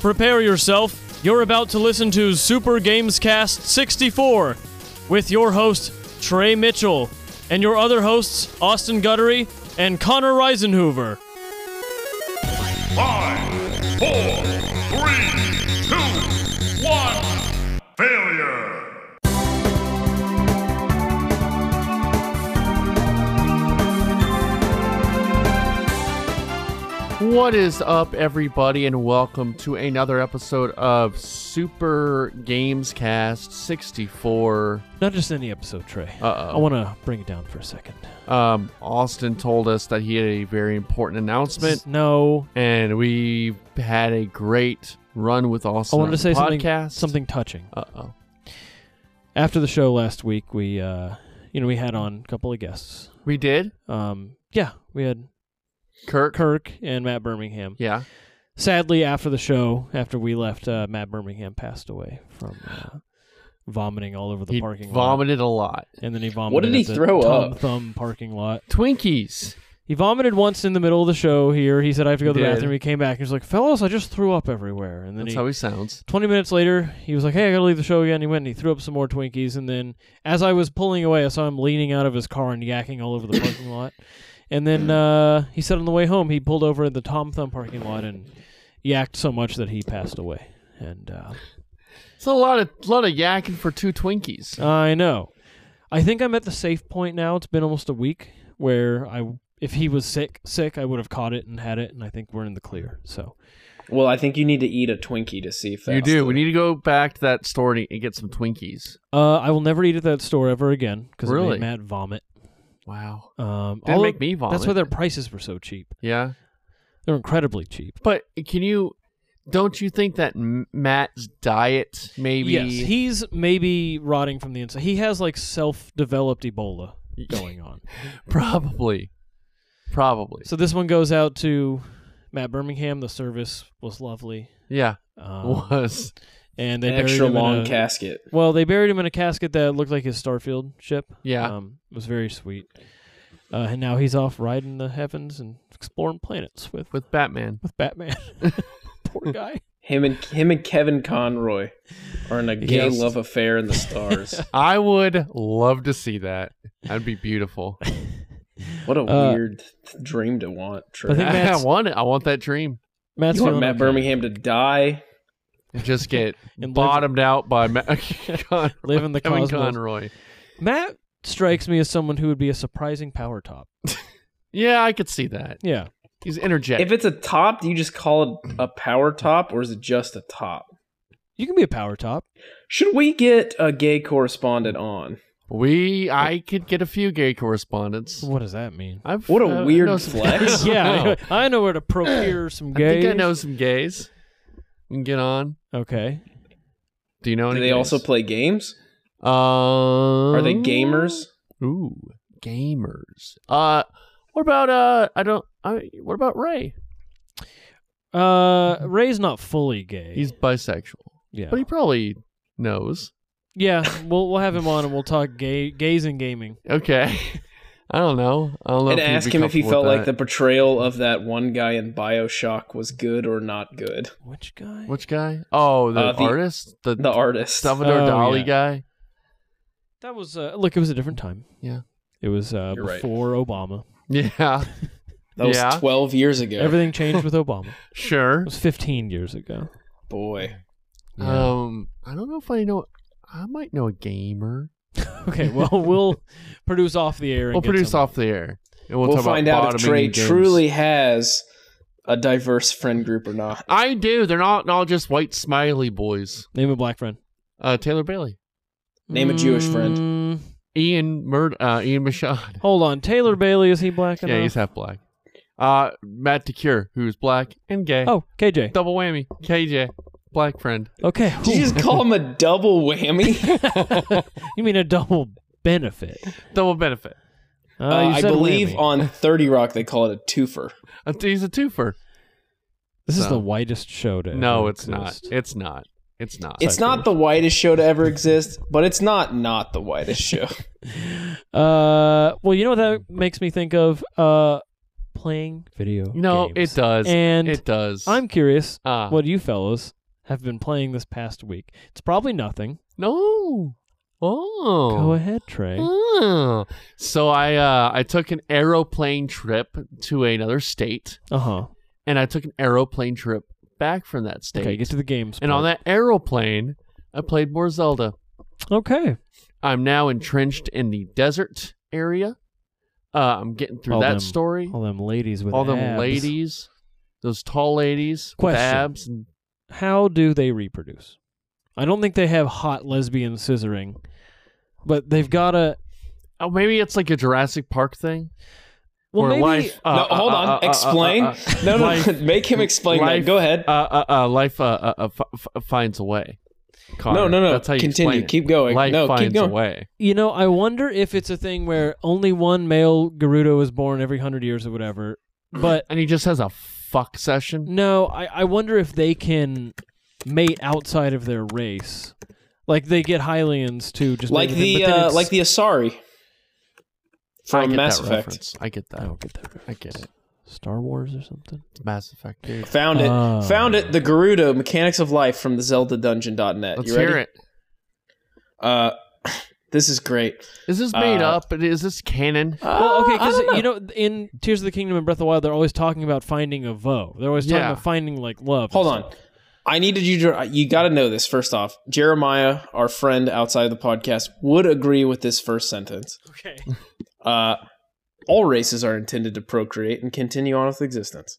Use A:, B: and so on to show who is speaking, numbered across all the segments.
A: prepare yourself. You're about to listen to Super Games Cast 64 with your host, Trey Mitchell, and your other hosts, Austin Guttery and Connor Reisenhoover.
B: Five, four, three, two, one. Failure.
C: What is up, everybody, and welcome to another episode of Super Games Cast 64.
A: Not just any episode, Trey.
C: Uh-oh.
A: I want to bring it down for a second.
C: Um, Austin told us that he had a very important announcement,
A: No,
C: and we had a great run with
A: I
C: Austin.
A: wanted
C: on
A: to
C: the
A: say something,
C: podcast.
A: something touching.
C: Uh oh.
A: After the show last week, we, uh, you know, we had on a couple of guests.
C: We did?
A: Um, yeah, we had
C: Kirk?
A: Kirk and Matt Birmingham.
C: Yeah.
A: sadly after the show after we left uh, matt birmingham passed away from uh, vomiting all over the
C: he
A: parking lot
C: vomited a lot.
A: and then he vomited
D: did he
A: at the
D: throw
A: Tom
D: up?
A: thumb parking lot
C: Twinkies.
A: he vomited once in the middle of the show here he said i have to go to
C: He
A: the
C: did.
A: bathroom he came back and he was like fellas i just threw up everywhere and then
C: That's
A: he
C: how he sounds.
A: 20 minutes later, he was like, Hey, I gotta leave the show again. He went and he threw up some more Twinkies. And then as I was pulling away, I saw him leaning out of his car and yakking all over the parking lot. And then uh, he said on the way home, he pulled over at the Tom Thumb parking lot and yacked so much that he passed away. And uh,
C: It's a lot of lot of yakking for two Twinkies.
A: I know. I think I'm at the safe point now. It's been almost a week where I. If he was sick, sick, I would have caught it and had it, and I think we're in the clear. So
D: Well, I think you need to eat a Twinkie to see if that's
C: you do.
D: the-
C: We need to go back to that store and and get some Twinkies.
A: uh, I will never eat at that store ever again because it
C: Really?
A: made Matt vomit.
C: Wow.
A: Um,
C: Didn't
A: all
C: make
A: of-
C: me vomit.
A: That's why their prices were so cheap.
C: Yeah.
A: They're incredibly cheap.
C: But can you? Don't you think that M- Matt's diet maybe?
A: Yes, he's maybe rotting from the inside. He has like self-developed Ebola going on.
C: probably, probably.
A: so this one goes out to Matt Birmingham. The service was lovely,
C: Yeah,
A: um,
C: was
A: and they
D: an
A: buried
D: extra
A: him
D: long
A: in a,
D: casket.
A: Well, they buried him in a casket that looked like his Starfield ship.
C: Yeah.
A: um, it was very sweet. Uh, and now he's off riding the heavens and exploring planets with
C: with Batman.
A: with Batman. Poor guy.
D: Him and him and Kevin Conroy are in a gay
A: Yes.
D: love affair in the stars.
C: I would love to see that. That'd be beautiful.
D: what a
A: Uh,
D: weird dream to want. Trey.
A: I think
C: I
A: Matt's-
C: want it. I want that dream.
A: Matt's
D: you want
A: feeling
D: Matt
A: okay.
D: Birmingham to die.
C: Just get
A: And live-
C: bottomed out by Matt Conroy.
A: Live in the
C: Kevin
A: cosmos.
C: Conroy.
A: Matt strikes me as someone who would be a surprising power top.
C: Yeah, I could see that.
A: Yeah.
C: He's energetic.
D: If it's a top, do you just call it a power top, or is it just a top?
A: You can be a power top.
D: Should we get a gay correspondent on?
C: we, I could get a few gay correspondents.
A: What does that mean?
C: I've,
D: What a
C: I
D: weird
C: know some-
D: flex.
A: yeah,
C: Wow.
A: I know where to procure some
C: I
A: gays.
C: think I know some gays. We can get on.
A: Okay.
C: Do you know
D: Do
C: any?
D: they
C: gays?
D: also play games?
C: Um,
D: Are they gamers?
C: Ooh, gamers. Uh, what about uh? I don't. I what about Ray?
A: Uh, Ray's not fully gay.
C: He's bisexual,
A: yeah.
C: but he probably knows.
A: yeah, we'll we'll have him on and we'll talk gay gays and gaming.
C: Okay, I don't know. I don't know.
D: and
C: if he'd
D: ask
C: be
D: him if he
C: comfortable
D: felt
C: with
D: like the
C: that.
D: portrayal of that one guy in Bioshock was good or not good.
A: Which guy?
C: which guy? Oh, the,
D: Uh, the-
C: artist, the,
D: The artist.
C: Salvador
A: Oh,
C: Dali
A: yeah.
C: guy.
A: That was uh, look. It was a different time.
C: Yeah.
A: It was uh,
D: You're right.
A: before Obama.
C: Yeah,
D: That was
C: Yeah.
D: 12 years ago.
A: Everything changed with Obama. It
C: sure.
A: was 15 years ago. Uh,
D: Boy.
A: Yeah.
C: Um, I don't know if I know. I might know a gamer.
A: okay. Well, we'll produce off the air. And
C: We'll
A: get
C: produce
A: somebody.
C: off the air. And
D: We'll,
C: we'll, talk
D: find
C: about
D: out if
C: bottoming
D: Trey
C: in games.
D: truly has a diverse friend group or not.
C: I do. They're not all just white smiley boys.
A: Name a black friend.
C: Uh, Taylor Bailey,
D: Name a Jewish friend.
A: Mm,
C: Ian Murd, uh, Ian Machad.
A: Hold on, Taylor Bailey is he black enough?
C: Yeah, he's half black. Uh, Matt DeCure, who's black and gay.
A: oh, KJ.
C: double whammy. KJ, black friend.
A: Okay,
D: Did you just call him a double
C: Uh,
D: whammy?
A: you mean a double benefit?
C: Double benefit.
A: Uh,
D: Uh,
A: you
D: I
A: said
D: believe
A: whammy.
D: on 30 Rock they call it a twofer.
C: Uh, He's a twofer.
A: this is
C: so.
A: the whitest show to
C: No,
A: ever
C: it's not.
A: exist.
C: It's not. It's not.
D: It's not the whitest show to ever exist, but it's not not the whitest show.
A: Uh, well, you know what that makes me think of? Uh, playing video.
C: no,
A: games.
C: it does.
A: And
C: it does.
A: I'm curious.
C: Uh,
A: What you fellows have been playing this past week? It's probably nothing.
C: No. Oh.
A: Go ahead, Trey.
C: Oh. So I uh, I took an aeroplane trip to another state,
A: Uh huh.
C: and I took an aeroplane trip back from that state.
A: Okay, get to the games.
C: and on that aeroplane, I played more Zelda.
A: Okay.
C: I'm now entrenched in the desert area. Uh, I'm getting through
A: All
C: that
A: them-
C: story.
A: All them ladies with
C: all them
A: abs.
C: ladies, those tall ladies with
A: Question.
C: abs. And,
A: How do they reproduce? I don't think they have hot lesbian scissoring, but they've got a.
C: oh, maybe it's like a Jurassic Park thing.
A: Well,
C: or
A: maybe
C: life. Uh,
D: no, hold
C: uh,
D: on.
C: uh, uh, uh,
D: explain.
C: uh, uh,
D: no, no,
C: life-
D: make him explain
C: life-
D: that. Go ahead.
C: uh, uh, uh, life uh, uh, uh, f- f- finds a way. Connor.
D: no, no, no.
C: That's how you
D: Continue.
C: explain it.
D: Keep going.
C: Life
D: no,
C: finds
D: keep going.
C: a way.
A: You know, I wonder if it's a thing where only one male Gerudo is born every hundred years or whatever.
D: Mm.
A: But
C: And he just has a fuck session.
A: no, I, I wonder if they can mate outside of their race. Like they get Hylians to just
D: Like
A: mate with them,
D: the
A: but then
D: uh,
A: it's-
D: like the Asari
C: I
D: from
C: get
D: Mass
C: that
D: Effect.
C: reference. I get that.
A: I don't Oh, get that
C: I get it.
A: Star Wars or something.
C: It's Mass Effect, dude.
D: Found it.
C: Ah.
A: Oh.
D: Found it. The Gerudo Mechanics of Life from the ZeldaDungeon.net.
C: Let's
D: you ready?
C: hear it.
D: Uh, this is great.
C: Is this made
D: Uh,
C: up? Is this canon?
A: Well, okay, because you know, in Tears of the Kingdom and Breath of the Wild, they're always talking about finding a vo. They're always talking
C: Yeah.
A: about finding like love. and
D: Hold on.
A: stuff.
D: I needed you to. You got to know this first off. Jeremiah, our friend outside of the podcast, would agree with this first sentence.
A: Okay.
D: Uh, all races are intended to procreate and continue on with existence.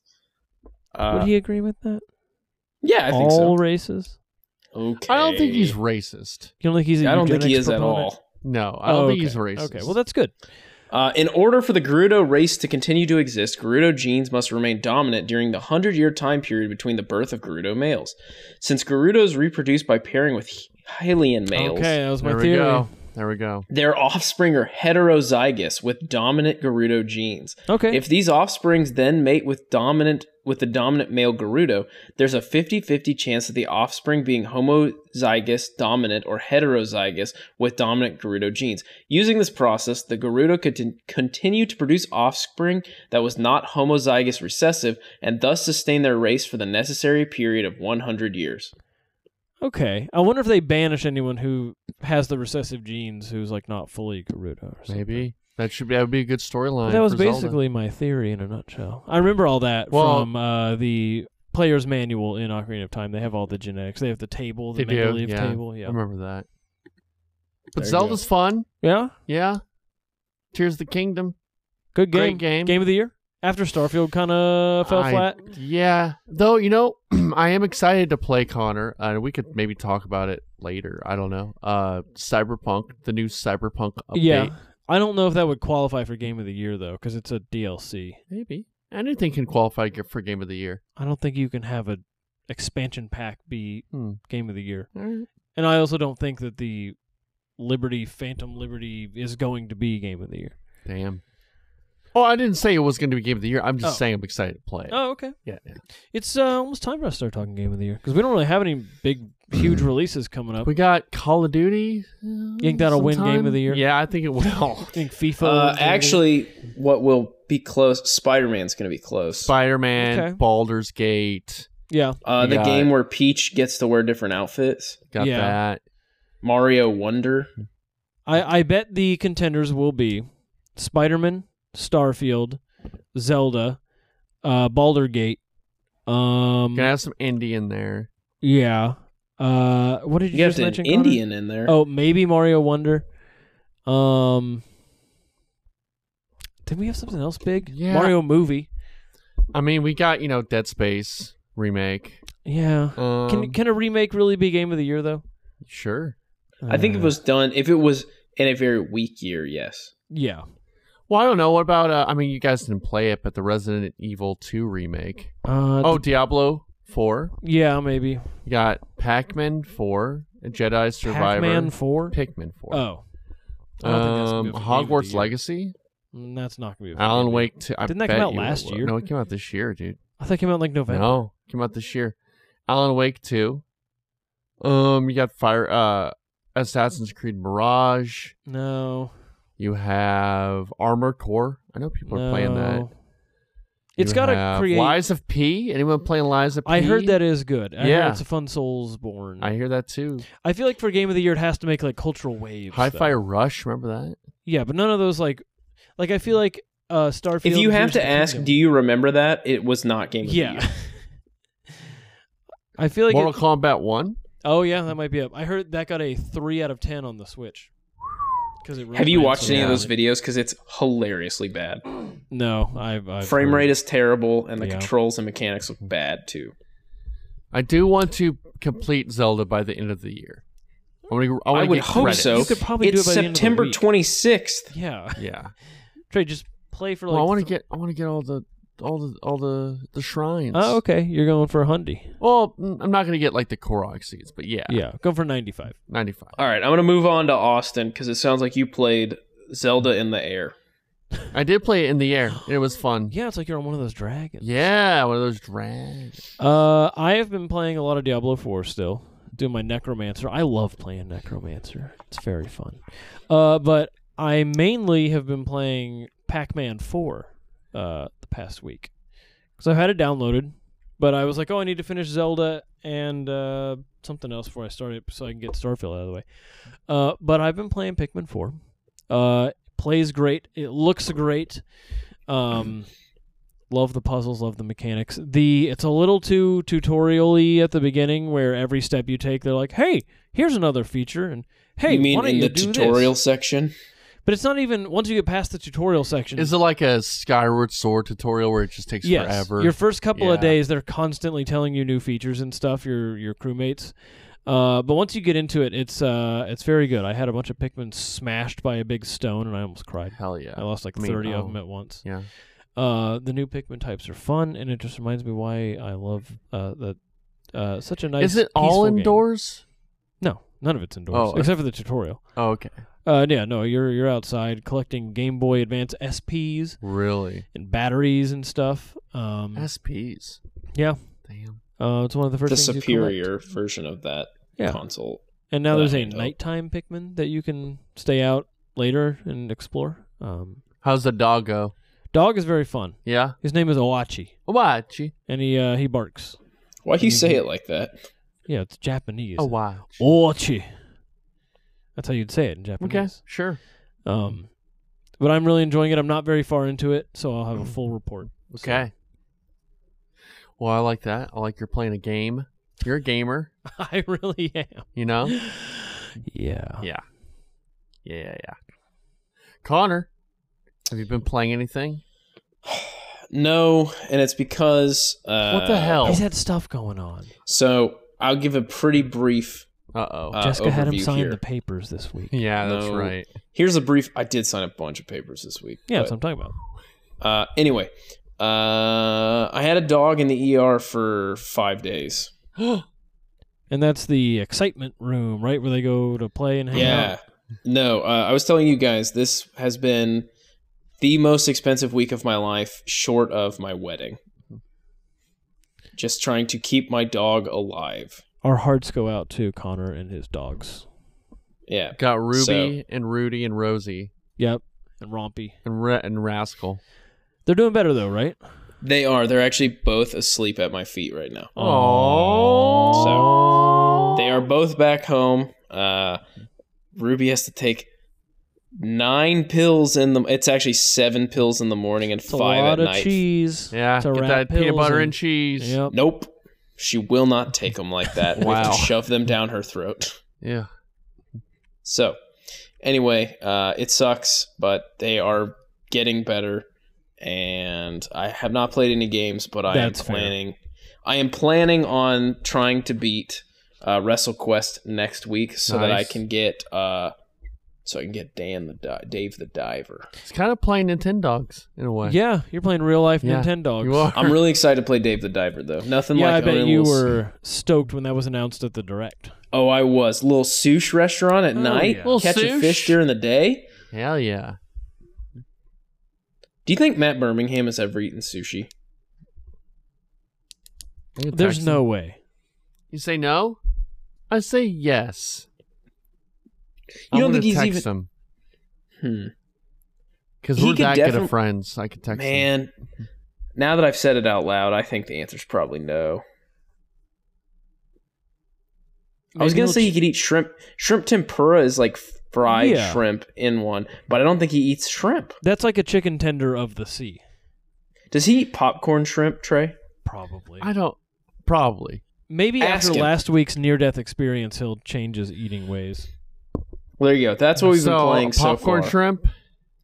D: Uh,
A: Would he agree with that?
D: yeah, I think
A: All
D: so.
A: races.
D: Okay.
C: I don't think he's racist.
A: You don't think he's? I
D: I don't think he is at all.
C: No, I don't
A: oh,
C: think
A: okay.
C: he's racist.
A: Okay, well that's good.
D: Uh, in order for the Gerudo race to continue to exist, Gerudo genes must remain dominant during the 100 year time period between the birth of Gerudo males. Since Gerudos reproduce by pairing with Hylian males,
A: Okay, that was my
C: there we
A: theory.
C: go. There we go.
D: their offspring are heterozygous with dominant Gerudo genes.
A: Okay.
D: If these offsprings then mate with dominant with the dominant male Gerudo, there's a 50-50 chance of the offspring being homozygous dominant or heterozygous with dominant Gerudo genes. Using this process, the Gerudo could t- continue to produce offspring that was not homozygous recessive and thus sustain their race for the necessary period of 100 years.
A: okay. I wonder if they banish anyone who has the recessive genes who's like not fully Gerudo or something.
C: Maybe that should be that would be a good storyline.
A: But that was
C: for Zelda.
A: basically my theory in a nutshell. I remember all that
C: Well-
A: from uh, the player's manual in Ocarina of Time. They have all the genetics. They have the table, the
C: They
A: make
C: do,
A: believe
C: yeah.
A: table. Yeah.
C: I remember that.
D: There
C: But
D: you
C: Zelda's fun.
A: Yeah.
C: Yeah. Tears of the Kingdom.
A: Good game.
C: Great game.
A: of the year. After Starfield kind of fell
C: I-
A: flat.
C: Yeah. Though, you know, I am excited to play Connor. Uh, we could maybe talk about it later. I don't know. Uh, Cyberpunk, the new Cyberpunk update.
A: Yeah. I don't know if that would qualify for game of the year though, because it's a DLC.
C: Maybe. Anything can qualify g- for Game of the Year.
A: I don't think you can have a expansion pack be
C: Hmm.
A: game of the year. And I also don't think that the Liberty Phantom Liberty is going to be game of the year.
C: Damn. Oh, I didn't say it was going to be Game of the Year. I'm just
A: Oh.
C: saying I'm excited to play it.
A: Oh, okay.
C: Yeah, yeah.
A: It's uh, almost time for us to start talking game of the year because we don't really have any big, huge releases coming up.
C: We got Call of Duty. You
A: think that'll win Game of the Year?
C: Yeah, I think it will.
A: I think FIFA.
D: Uh,
A: is gonna be-
D: actually, what will be close? Spider-Man's going to be close.
C: Spider Man,
A: Okay.
C: Baldur's Gate.
A: yeah,
D: uh, the
C: Yeah.
D: game where Peach gets to wear different outfits.
C: Got
A: Yeah.
C: that.
D: Mario Wonder.
A: I I bet the contenders will be Spider Man, Starfield, Zelda, uh, Baldur Gate. Um,
C: Gonna have some indie in there.
A: yeah. Uh, what did you,
D: You got
A: just
D: an
A: mention? Connor?
D: Indian in there.
A: Oh, maybe Mario Wonder. Um, did we have something else big?
C: Yeah.
A: Mario movie.
C: I mean, we got you know Dead Space remake.
A: Yeah.
C: Um,
A: can can a remake really be game of the year though?
C: sure.
D: I think it
A: Uh,
D: was done. If it was in a very weak year, yes.
A: Yeah.
C: Well, I don't know. What about? Uh, I mean, you guys didn't play it, but the Resident Evil Two remake.
A: Uh,
C: Oh,
A: th-
C: Diablo Four.
A: yeah, maybe.
C: You got Pac Man Four, Jedi Survivor,
A: Pac-Man Four.
C: Pikmin Four.
A: Oh, I don't think that's gonna
C: Um,
A: be a game of the
C: Hogwarts
A: year.
C: Legacy,
A: Mm, that's not gonna be. a video
C: Alan
A: game.
C: Wake. Two. I
A: Didn't that
C: bet
A: come out
C: you it
A: last
C: will.
A: year?
C: No, it came out this year, dude.
A: I thought it came out like November.
C: No, came out this year. Alan Wake Two. Um, you got Fire, uh, Assassin's Creed Mirage.
A: No.
C: You have Armor Core. I know people are playing that.
A: no. It's
C: You
A: got to
C: have
A: create.
C: Lies of P. Anyone playing Lies of P?
A: I heard that is good. I heard
C: Yeah.
A: it's a fun Soulsborne.
C: I
A: I,
C: hear that too.
A: feel like for Game of the Year, it has to make like cultural waves.
C: Hi Fi
A: though.
C: Rush. Remember that?
A: Yeah, but none of those like, like I feel like uh, Starfield.
D: If you have
A: Tears of
D: to
A: the
D: ask,
A: Kingdom-
D: do you remember that? It was not Game of the Year.
A: yeah. I feel like it-
C: Mortal Kombat 1?
A: Oh yeah, that might be up. I heard that got a three out of ten on the Switch. Because it
D: Have you
A: ran
D: watched
A: so
D: any of
A: well.
D: those videos? Because it's hilariously bad.
A: No, I've, I've
D: Frame
A: heard-
D: rate is terrible, and the
A: Yeah.
D: controls and mechanics look bad too.
C: I do want to complete Zelda by the end of the year. I, wanna, Oh, I,
D: I,
C: wanna
D: would
C: get
D: hope
C: credits.
D: so.
A: You could probably do
D: it's
A: it by the end of the
D: September
A: week.
D: twenty sixth.
A: Yeah,
C: Yeah.
A: Trey, just play for like.
C: well, I want to
A: th-
C: get I want to get all the all the all the the shrines.
A: Oh, okay. You're going for a hundy.
C: Well, mm, I'm not going to get like the Korok seeds, but yeah,
A: Yeah, go for ninety-five.
C: 95.
D: All right, I'm gonna move on to Austin because it sounds like you played Zelda in the air.
C: I did play it in the air. and It was fun.
A: Yeah, it's like you're on one of those dragons.
C: Yeah, one of those dragons.
A: Uh, I have been playing a lot of Diablo 4 still. Doing my Necromancer. I love playing Necromancer. It's very fun. Uh, but I mainly have been playing Pac-Man 4 uh, the past week. Because I've had it downloaded, but I was like, oh, I need to finish Zelda and uh, something else before I start it so I can get Starfield out of the way. Uh, but I've been playing Pikmin 4. Uh, plays great. It looks great. Um, love the puzzles, love the mechanics. The it's a little too tutorial-y at the beginning where every step you take, they're like, hey, here's another feature, and hey,
D: you
A: why
D: mean
A: don't
D: in
A: you
D: the
A: do this?"
D: tutorial section?
A: But it's not even once you get past the tutorial section.
C: Is it like a Skyward Sword tutorial where it just takes
A: yes,
C: forever?
A: your first couple of
C: Yeah.
A: days they're constantly telling you new features and stuff. Your your crewmates. Uh, but once you get into it, it's uh, it's very good. I had a bunch of Pikmin smashed by a big stone, and I almost cried.
C: Hell yeah.
A: I lost like
C: Me-
A: thirty of
C: oh.
A: them at once.
C: Yeah.
A: Uh, the new Pikmin types are fun, and it just reminds me why I love uh, the uh, such a nice.
C: Is it all
A: peaceful game.
C: indoors?
A: No, none of it's indoors
C: Oh, okay.
A: except for the tutorial.
C: Oh, okay.
A: Uh, yeah, no, you're you're outside collecting Game Boy Advance SPs.
C: Really?
A: and batteries and stuff. Um,
C: SPs.
A: yeah,
C: Damn.
A: uh, it's one of the first
D: The
A: things you collect.
D: superior version of that
A: Yeah,
D: console.
A: and now
D: that
A: there's
D: I
A: a
D: know.
A: nighttime Pikmin that you can stay out later and explore. Um,
C: How's the dog go?
A: dog is very fun.
C: Yeah.
A: His name is Owachi,
C: Watch.
A: and he uh, he barks.
D: Why do you
A: Mhm.
D: say it like that?
A: Yeah, it's Japanese.
C: Oh, wow.
A: Owachi. That's how you'd say it in
C: Okay.
A: Japanese.
C: Sure.
A: Um, but I'm really enjoying it. I'm not very far into it, so I'll have a full report.
C: Mm. Okay. Well, I like that. I like you're playing a game. You're a gamer,
A: I really am.
C: you know?
A: Yeah.
C: Yeah. Yeah, yeah, yeah. Connor, have you been playing anything?
D: No, and it's because uh,
C: what the hell?
A: He's had stuff going on.
D: So I'll give a pretty brief.
C: Uh oh.
D: Uh,
A: Jessica had him
D: overview
A: sign
D: here.
A: the papers this week.
C: yeah, that's
D: no.
C: right.
D: Here's a brief. I did sign a bunch of papers this week.
A: Yeah,
D: but-
A: that's what I'm talking about.
D: Uh, anyway, uh, I had a dog in the ER for five days.
A: And that's the excitement room, right, where they go to play and hang
D: Yeah.
A: out.
D: No, uh, I was telling you guys this has been the most expensive week of my life, short of my wedding.
A: Mm-hmm.
D: Just trying to keep my dog alive.
A: Our hearts go out to Connor and his dogs.
D: Yeah.
C: Got Ruby and Rudy and Rosie
A: Yep, and Rompy.
C: and Ra- and Rascal.
A: They're doing better though, right?
D: They are. They're actually both asleep at my feet right now.
A: Oh,
D: So they are both back home. Uh, Ruby has to take nine pills in the. It's actually seven pills in the morning and
A: it's a
D: five
A: lot
D: at
A: of
D: night.
A: cheese.
C: Yeah,
A: It's a
C: get
A: rat
C: that peanut
A: pills
C: butter and, cheese.
A: Yep.
D: Nope, she will not take them like that. We have
C: Wow.
D: to shove them down her throat.
C: Yeah.
D: So, anyway, uh, it sucks, but they are getting better. And I have not played any games, but I
A: That's
D: am
A: fair.
D: planning. I am planning on trying to beat uh, WrestleQuest next week, so that I
C: Nice.
D: can get. Uh, so I can get Dan the Di- Dave the Diver.
C: It's kind of playing Nintendo dogs in a way.
A: Yeah, you're playing real life
C: Yeah,
A: Nintendo dogs.
C: You are.
D: I'm really excited to play Dave the Diver though. Nothing
A: Yeah,
D: like
A: I bet
D: owning
A: you
D: Lil-
A: were stoked when that was announced at the direct.
D: Oh, I was. Little sush restaurant at
A: Oh,
D: night.
A: yeah.
C: Little
D: Catch a
C: sush.
D: fish during the day.
C: Hell yeah.
D: Do you think Matt Birmingham has ever eaten sushi?
C: I can
A: There's
C: text
A: no
C: him.
A: way.
C: You say no? I say yes.
D: You
C: I'm
D: don't
C: gonna
D: think he's
C: text
D: even-
C: him
D: Hmm.
C: because
D: He
C: we're
D: could
C: that good
D: definitely-
C: of friends. I could text him.
D: Man, Now that I've said it out loud, I think the answer's probably no. I was
A: Maybe
D: gonna
A: he'll
D: say he
A: ch-
D: could eat shrimp. Shrimp tempura is like fried
A: Yeah.
D: shrimp in one, but I don't think he eats shrimp.
A: that's like a chicken tender of the sea,
D: Does he eat popcorn shrimp, Trey?
A: probably.
C: I don't. Probably.
A: Maybe
D: Ask
A: after
D: him.
A: last week's near-death experience, he'll change his eating ways.
D: Well, there you go. That's what we've
C: so,
D: been playing so
C: popcorn
D: far.
C: shrimp. Hmm.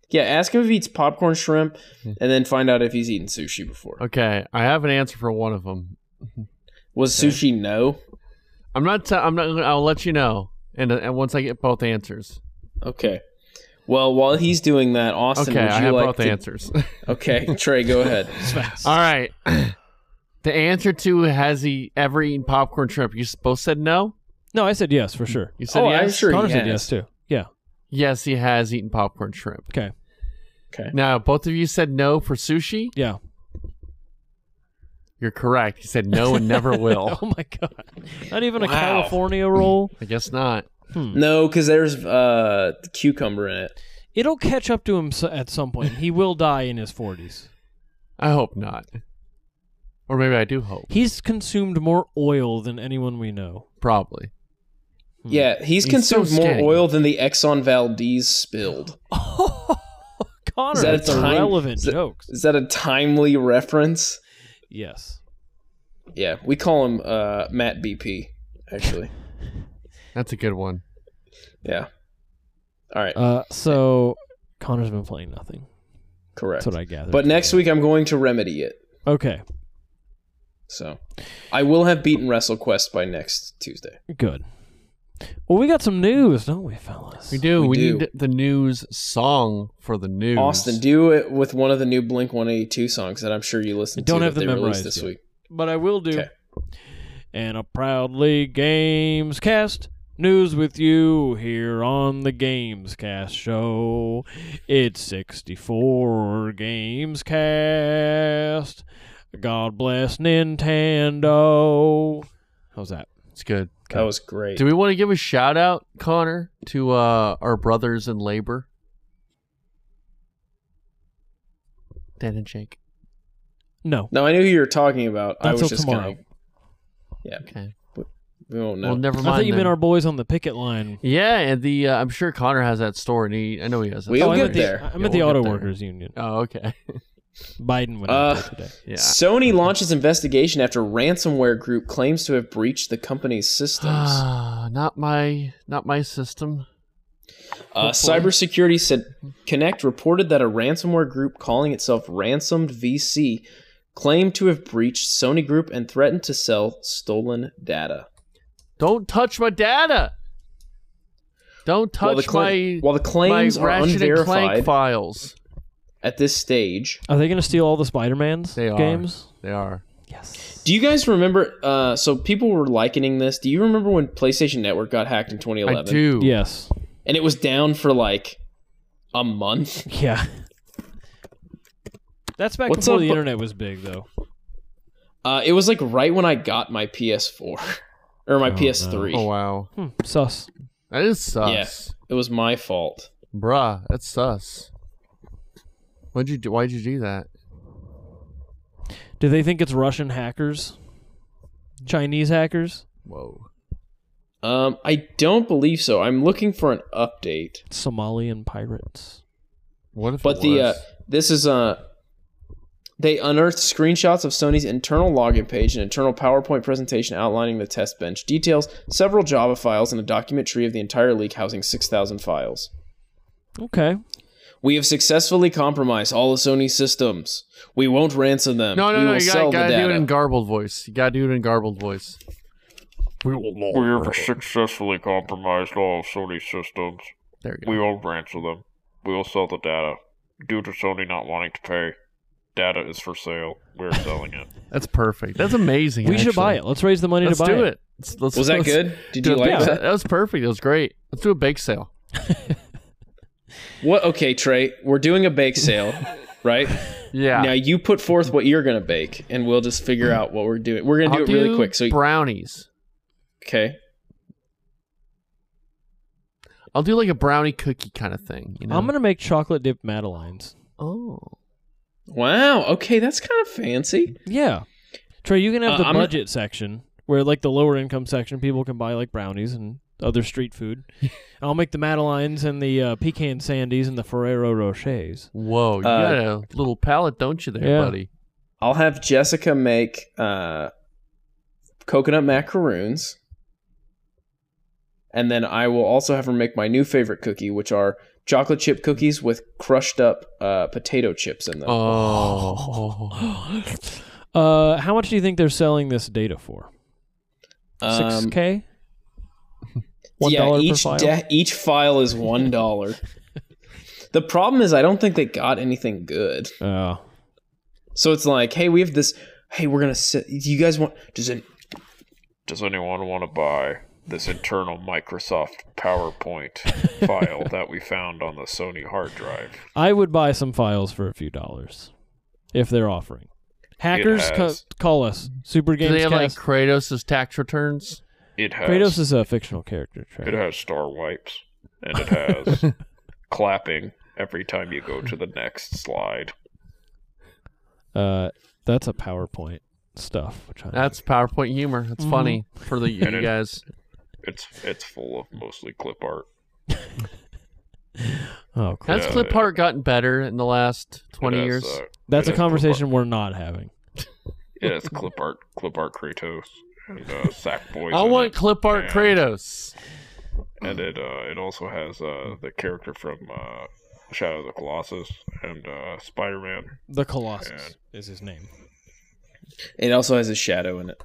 D: Yeah, ask him if he eats popcorn shrimp, and then find out if he's eaten sushi before.
C: Okay, I have an answer for one of them.
D: Was sushi no?
C: I'm not. T- I'm not. I'll let you know. And, and once I get both answers,
D: Okay. Well, while he's doing that, Austin,
C: okay,
D: would you
C: I have
D: like
C: both
D: to...
C: answers.
D: Okay, Trey, go ahead.
A: Fast.
C: All right. the answer to has he ever eaten popcorn shrimp? You both said no.
A: No, I said yes for sure.
C: You said
D: oh,
C: yes.
D: I'm sure
A: Connor
D: he
A: said
D: has.
A: yes too. Yeah.
C: Yes, he has eaten popcorn shrimp.
A: Okay.
D: Okay.
C: Now, both of you said no for sushi.
A: Yeah.
C: You're correct. He said no and never will.
A: Oh my god. Not even a
D: Wow.
A: California roll.
C: I guess not.
D: No, because there's uh cucumber in it.
A: It'll catch up to him s- at some point. He will die in his 40s.
C: I hope not. Or maybe I do hope.
A: He's consumed more oil than anyone we know.
C: Probably.
A: Hmm.
D: Yeah, he's,
C: He's
D: consumed
C: so
D: more
C: skinny.
D: oil than the Exxon Valdez spilled.
A: Connor,
D: Is that a
A: that's
D: time-
A: irrelevant
D: is that-
A: jokes.
D: Is that a timely reference?
A: Yes.
D: Yeah, we call him uh, Matt BP. Actually,
C: That's a good one.
D: yeah. All right,
A: Uh, so Connor's been playing nothing.
D: correct.
A: That's what I gathered.
D: But next week I'm going to remedy it.
A: okay,
D: So I will have beaten WrestleQuest by next Tuesday.
A: good. Well, we got some news, don't we, fellas?
C: We do.
D: We
C: We,
D: do.
C: need the news song for the news.
D: Austin, do it with one of the new Blink 182 songs that I'm sure you listened
A: I don't
D: to
A: have
D: that
A: them
D: they released
A: memorized
D: this
A: yet.
D: week.
A: but I will do.
D: Okay.
A: And a proudly Games Cast news with you here on the Games Cast show. It's 64 Games Cast. God bless Nintendo. How's that?
C: It's good.
D: That was great.
C: Do we want to give a shout out, Connor, to uh, our brothers in labor? Dan and Jake.
A: No.
D: no, I knew who you were talking about. I
A: Not
D: was
A: till
D: just
A: tomorrow.
D: gonna. Yeah,
C: Okay.
D: we won't know.
C: Well, never mind.
A: I thought you
C: then.
A: meant our boys on the picket line.
C: Yeah, and the uh, I'm sure Connor has that story. And he, I know he has. That
D: We'll
A: oh,
C: story.
A: I'm
D: get
A: at the,
D: there.
A: I'm
C: Yeah,
A: at the
C: we'll get
A: Auto
C: there.
A: Workers Union.
C: Oh, okay.
A: Biden went
D: Uh,
A: out there today.
C: Yeah.
D: Sony launches investigation after ransomware group claims to have breached the company's systems.
C: Ah, not my, not my system.
D: Uh, cybersecurity said Connect reported that a ransomware group calling itself Ransomed VC claimed to have breached Sony Group and threatened to sell stolen data.
C: Don't touch my data. Don't touch
D: While the, cla-
C: my
D: while the
C: my
D: claims are
C: Ratchet and Clank
D: unverified
C: files.
D: at this stage,
A: Are they going to steal all the Spider-Man's
C: They are.
A: games?
C: They are.
A: Yes.
D: do you guys remember? Uh, so people were likening this. Do you remember when PlayStation Network got hacked in 2011?
C: I do.
A: Yes.
D: And it was down for like a month.
A: Yeah. That's back
D: What's
A: before
D: up,
A: the
D: bu-
A: internet was big, though.
D: Uh, it was like right when I got my PS4 or my PS3.
C: Oh wow,
A: Hmm, sus.
C: that is sus,
D: It was my fault.
C: bruh. That's sus. Why'd you do? Why'd you do that?
A: Do they think it's Russian hackers? Chinese hackers?
C: Whoa.
D: Um, I don't believe so. I'm looking for an update,
A: Somalian pirates?
C: What if?
D: but
C: it
D: the uh,
C: was?
D: this is uh they unearthed screenshots of Sony's internal login page, an internal PowerPoint presentation outlining the test bench details, several Java files, and a document tree of the entire leak housing 6,000 files.
A: Okay.
D: We have successfully compromised all of Sony's systems. We won't ransom them.
C: no,
D: we
C: no, no.
D: will
C: You gotta,
D: sell the
C: gotta do
D: data.
C: it in garbled voice. You gotta do it in garbled voice.
E: We have successfully compromised all of Sony's systems.
C: There you
E: We
C: go.
E: will ransom them. We will sell the data. Due to Sony not wanting to pay, data is for sale. We're selling it.
C: That's perfect. That's amazing.
A: We should
C: actually.
A: buy it. Let's raise the money
C: Let's
A: to buy
C: do
A: it.
C: it. Let's- let's-
D: was that
C: let's
D: good? Did
C: do
D: you
C: a
D: like
C: bake-
D: that?
C: That was perfect. That was great. Let's do a bake sale.
D: What? Okay, Trey, we're doing a bake sale, right?
C: Yeah.
D: Now you put forth what you're gonna bake, and we'll just figure out what we're doing. We're gonna
C: I'll
D: do it really quick. So
C: brownies.
D: okay,
C: I'll do like a brownie cookie kind of thing. You know.
A: I'm going to make chocolate dipped Madeleines.
C: Oh.
D: Wow. Okay, that's kind of fancy.
A: Yeah. Trey, you can have
D: Uh,
A: the
D: I'm-
A: budget section where like the lower income section people can buy like brownies and other street food. I'll make the Madeleines and the uh, pecan sandies and the Ferrero Rochers.
C: Whoa, you
D: Uh,
C: got a little palate, don't you, there,
A: Yeah.
C: buddy?
D: I'll have Jessica make uh, coconut macaroons. And then I will also have her make my new favorite cookie, which are chocolate chip cookies with crushed up uh, potato chips in them.
C: Oh,
A: Uh, how much do you think they're selling this data for? Six
D: Um,
A: k. One
D: yeah,
A: dollar per
D: each
A: file.
D: de- each file is one dollar. the problem is, I don't think they got anything good.
A: Oh.
D: So it's like, hey, we have this. Hey, we're gonna. Sit, do you guys want? Does it?
E: Does anyone want to buy this internal Microsoft PowerPoint file that we found on the Sony hard drive?
A: I would buy some files for a few dollars if they're offering. Hackers, ca-
E: has-
A: call us. Super
C: do they
A: Games
C: have like
A: Cast.
C: Kratos' tax returns?
E: It has
A: Kratos is a fictional character. Trey.
E: it has star wipes and it has clapping every time you go to the next slide.
A: Uh, that's a PowerPoint stuff. Which I
C: That's PowerPoint humor. That's
A: Mm-hmm.
C: funny for the
E: And
C: you
E: it-
C: guys.
E: It's it's full of mostly clip art.
A: oh, cool.
C: Has
E: Yeah,
C: clip
E: it-
C: art gotten better in the last twenty
E: It has,
C: years?
E: uh,
A: That's
E: it
A: a
E: has clip
A: conversation we're not having.
E: art- It has clip art, clip art Kratos and uh, Sackboy.
C: I want clip art
E: and-
C: Kratos.
E: and it uh, it also has uh, the character from uh, Shadow of the Colossus and uh, Spider Man.
A: The Colossus is his name.
D: It also has a shadow in it.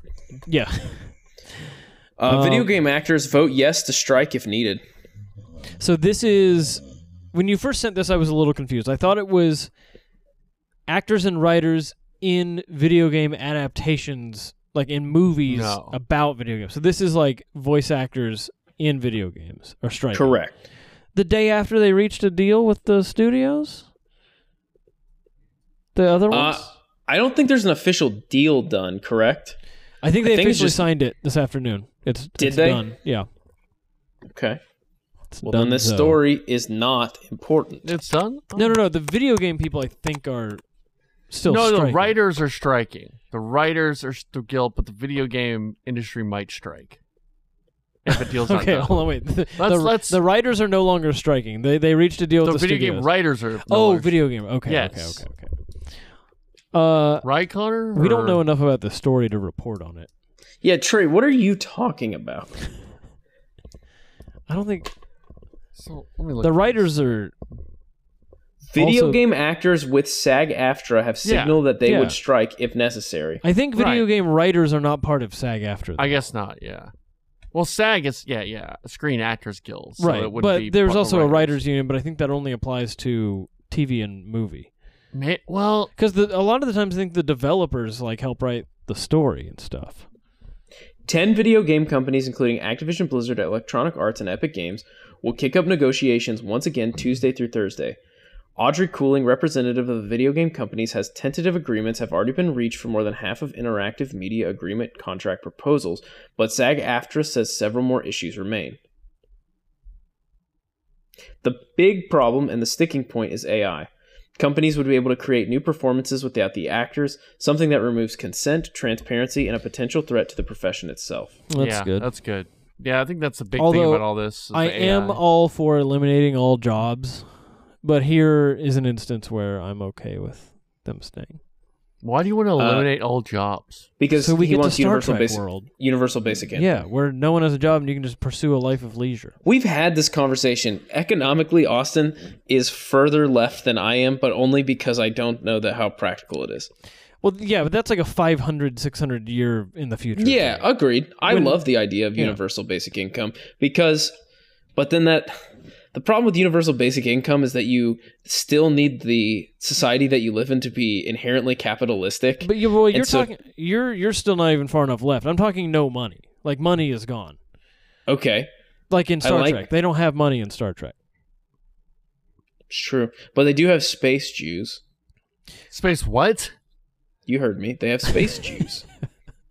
A: Yeah.
D: Uh,
A: Um,
D: video game actors vote yes to strike if needed.
A: So this is when you first sent this, I was a little confused. I thought it was actors and writers in video game adaptations, like in movies
C: No.
A: about video games. So this is like voice actors in video games or strike.
D: Correct.
A: The day after they reached a deal with the studios, the other
D: Uh,
A: ones.
D: I don't think there's an official deal done. Correct.
A: I think
D: I
A: they
D: think it's
A: officially
D: just-
A: signed it this afternoon. It's
D: Did
A: it's
D: they?
A: done. Yeah.
D: Okay.
A: It's
D: Well, then this
A: donezo.
D: story is not important.
C: It's done.
A: No, no, no. The video game people, I think, are still
C: no, the
A: striking.
C: writers are striking. The writers are still guilt, but the video game industry might strike if a deal's
A: Okay,
C: not done.
A: hold on, wait. The, the,
C: let's-
A: the writers are no longer striking. They they reached a deal
C: The
A: with the
C: video game
A: studios.
C: writers are.
A: oh,
C: no, are-
A: video game. Okay,
C: Yes.
A: okay, okay, okay. Uh,
C: Right, Connor?
A: we don't
C: Or-
A: know enough about the story to report on it.
D: Yeah, Trey, what are you talking about?
A: I don't think
C: So, let me look.
A: the writers are.
D: Video
A: Also-
D: game actors with SAG AFTRA have signaled that they
A: yeah.
D: would strike if necessary.
A: I think video
C: Right.
A: game writers are not part of SAG after.
C: I guess not. Yeah. Well, SAG is yeah, yeah, Screen Actors Guild. So
A: right,
C: it would
A: but
C: be
A: there's
C: part of the
A: also a writers union, but I think that only applies to TV and movie
C: Ma- well,
A: because a lot of the times I think the developers like help write the story and stuff.
D: Ten video game companies, including Activision Blizzard, Electronic Arts, and Epic Games, will kick up negotiations once again Tuesday through Thursday. Audrey Cooling, representative of the video game companies, has tentative agreements have already been reached for more than half of interactive media agreement contract proposals, but SAG AFTRA says several more issues remain. The big problem and the sticking point is AI. Companies would be able to create new performances without the actors, something that removes consent, transparency, and a potential threat to the profession itself.
A: That's
C: yeah,
A: good.
C: that's good. Yeah, I think that's a big thing
A: Although,
C: about all this. is the
A: I am
C: AI.
A: all for eliminating all jobs, but here is an instance where I'm okay with them staying.
C: Why do you want
A: Uh,
C: to eliminate all jobs?
D: Because
A: So we
D: he
A: get to
D: wants
A: Star
D: universal
A: Trek
D: basic
A: world.
D: universal basic income.
A: Yeah, where no one has a job and you can just pursue a life of leisure.
D: We've had this conversation. Economically, Austin is further left than I am, but only because I don't know that how practical it is.
A: Well, yeah, but that's like a 500, 600 year in the future.
D: Yeah,
A: thing.
D: agreed. I
A: When-
D: love the idea of
A: Yeah.
D: universal basic income because, but then that the problem with universal basic income is that you still need the society that you live in to be inherently capitalistic.
A: But you, well, you're
D: And so-
A: talking. You're you're still not even far enough left. I'm talking no money. Like money is gone.
D: okay,
A: Like in Star
D: like-
A: Trek, they don't have money in Star Trek.
D: it's true, but they do have space Jews.
C: Space what?
D: You heard me. They have space Jews.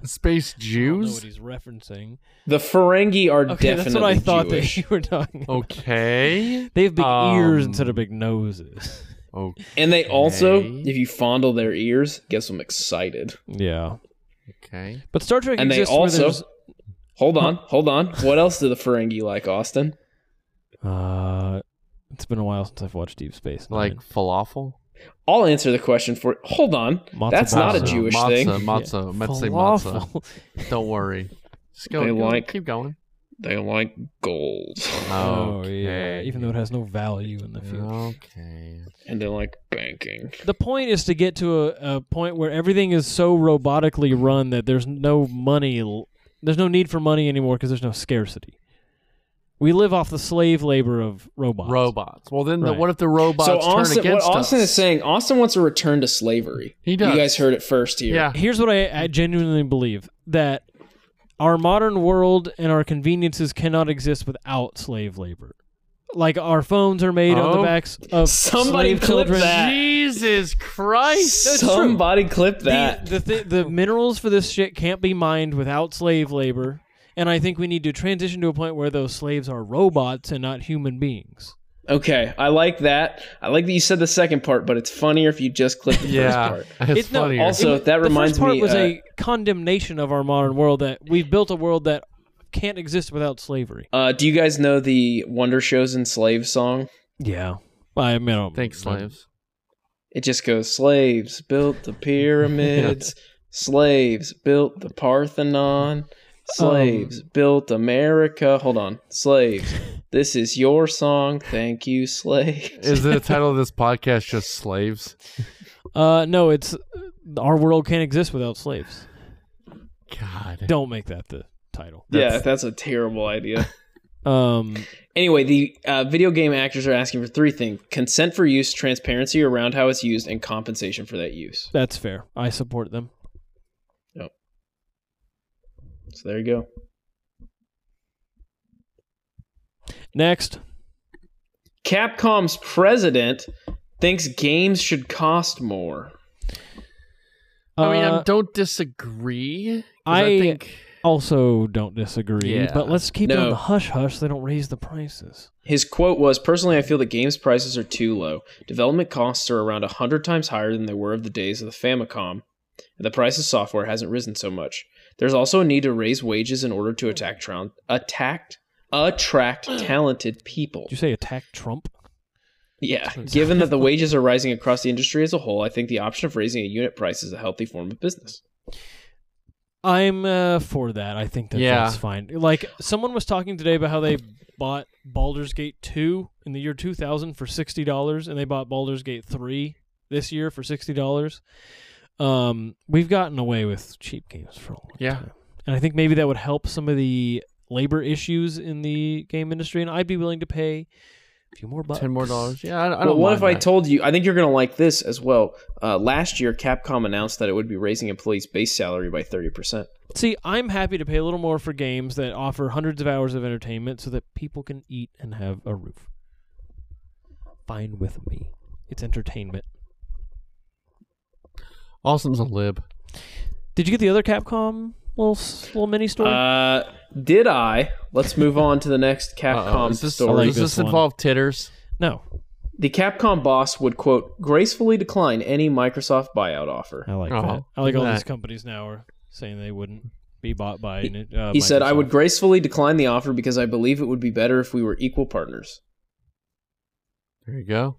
C: Space
A: I don't know
C: Jews?
A: what he's referencing.
D: The Ferengi are
A: Okay,
D: definitely
A: that's what I thought
D: Jewish.
A: that you were talking. about.
C: Okay.
A: They have big ears
C: Um,
A: instead of big noses.
C: Oh,
D: And they also,
C: Okay.
D: if you fondle their ears, gets them excited.
A: Yeah.
C: okay.
A: But Star Trek
D: And they
A: exists where
D: also-
A: there's-
D: Hold on, hold on. What else do the Ferengi like, Austin?
A: Uh, it's been a while since I've watched Deep Space Nine.
C: Like falafel.
D: I'll answer the question for. Hold on,
A: Matzo
D: that's not a
A: balls.
D: Jewish
C: matzo,
D: thing.
C: Matzo,
A: Yeah.
C: matzo, matzo,
A: Falafel.
C: Don't worry. Just go.
D: They
C: go-
D: like-
C: Keep going.
D: They like gold,
A: Oh yeah,
C: Okay.
A: even though it has no value in the future.
C: Okay.
D: and they like banking.
A: The point is to get to a, a point where everything is so robotically run that there's no money, l- there's no need for money anymore because there's no scarcity. We live off the slave labor of robots.
C: Robots. Well, then the,
A: Right.
C: what if the robots
D: so
C: turn
D: Austin, what
C: against
D: Austin
C: us?
D: is saying, Austin wants a return to slavery.
C: He does.
D: You guys heard it first here.
C: Yeah.
A: Here's what I, I genuinely believe that our modern world and our conveniences cannot exist without slave labor. Like our phones are made on
C: Oh.
A: the backs of
D: Somebody
A: slave
D: clip
A: children.
D: that.
C: Jesus Christ.
A: it's true.
D: Somebody clip that.
A: The, the, th- the minerals for this shit can't be mined without slave labor. And I think we need to transition to a point where those slaves are robots and not human beings.
D: Okay, I like that. I like that you said the second part, but it's funnier if you just clip the
C: Yeah.
D: first part.
C: It's
A: It- no,
C: funnier.
D: Also, that
A: the
D: reminds
A: first part
D: me.
A: was
D: uh,
A: a condemnation of our modern world that we've built a world that can't exist without slavery.
D: uh, do you guys know the Wonder Shows and Slave song?
A: Yeah. I mean, I don't-
C: Thanks, slaves.
D: It just goes slaves built the pyramids, slaves built the Parthenon, slaves built America. Hold on, slaves. This is your song. Thank you, slaves.
C: Is the title of this podcast just slaves?
A: Uh, no, it's our world can't exist without slaves.
C: God.
A: Don't make that the title.
D: yeah, that's a terrible idea.
A: Um,
D: Anyway, the uh, video game actors are asking for three things consent for use, transparency around how it's used, and compensation for that use.
A: that's fair. I support them.
D: So there you go.
A: Next.
D: Capcom's president thinks games should cost more.
C: I mean,
A: Uh,
C: I don't disagree. 'cause
A: I-
C: think
A: also don't disagree,
C: Yeah.
A: but let's keep it
D: No.
A: on the hush hush. So they don't raise the prices.
D: His quote was Personally, I feel that games prices are too low. Development costs are around 100 times higher than they were of the days of the Famicom, and the price of software hasn't risen so much. There's also a need to raise wages in order to attack tra- attacked, attract talented people.
A: Did you say attack Trump?
D: Yeah. Given that the wages are rising across the industry as a whole, I think the option of raising a unit price is a healthy form of business.
A: I'm uh, for that. I think that
C: Yeah.
A: that's fine. Like someone was talking today about how they bought Baldur's Gate 2 in the year 2000 for $60 and they bought Baldur's Gate 3 this year for $60. Um we've gotten away with cheap games for a long
C: Yeah.
A: time. And I think maybe that would help some of the labor issues in the game industry and I'd be willing to pay a few more bucks.
C: ten more dollars. Yeah, I, I don't.
D: Well, what if I
C: mind that.
D: told you? I think you're going to like this as well. Uh, last year, Capcom announced that it would be raising employees' base salary by 30%.
A: See, I'm happy to pay a little more for games that offer hundreds of hours of entertainment so that people can eat and have a roof. Fine with me. It's entertainment.
C: Austin's a lib?
A: Did you get the other Capcom little s- little mini story?
D: Uh, did I? Let's move on to the next
C: Uh-oh.
D: Capcom
C: Does this,
D: story.
A: like
C: does this
A: this one.
C: involve titters?
A: no,
D: The Capcom boss would, quote, gracefully decline any Microsoft buyout offer.
A: I like
C: Oh,
A: that. I like all
C: that.
A: these companies now are saying they wouldn't be bought by. Uh,
D: He said, I
A: Microsoft."
D: would gracefully decline the offer because I believe it would be better if we were equal partners.
C: There you go.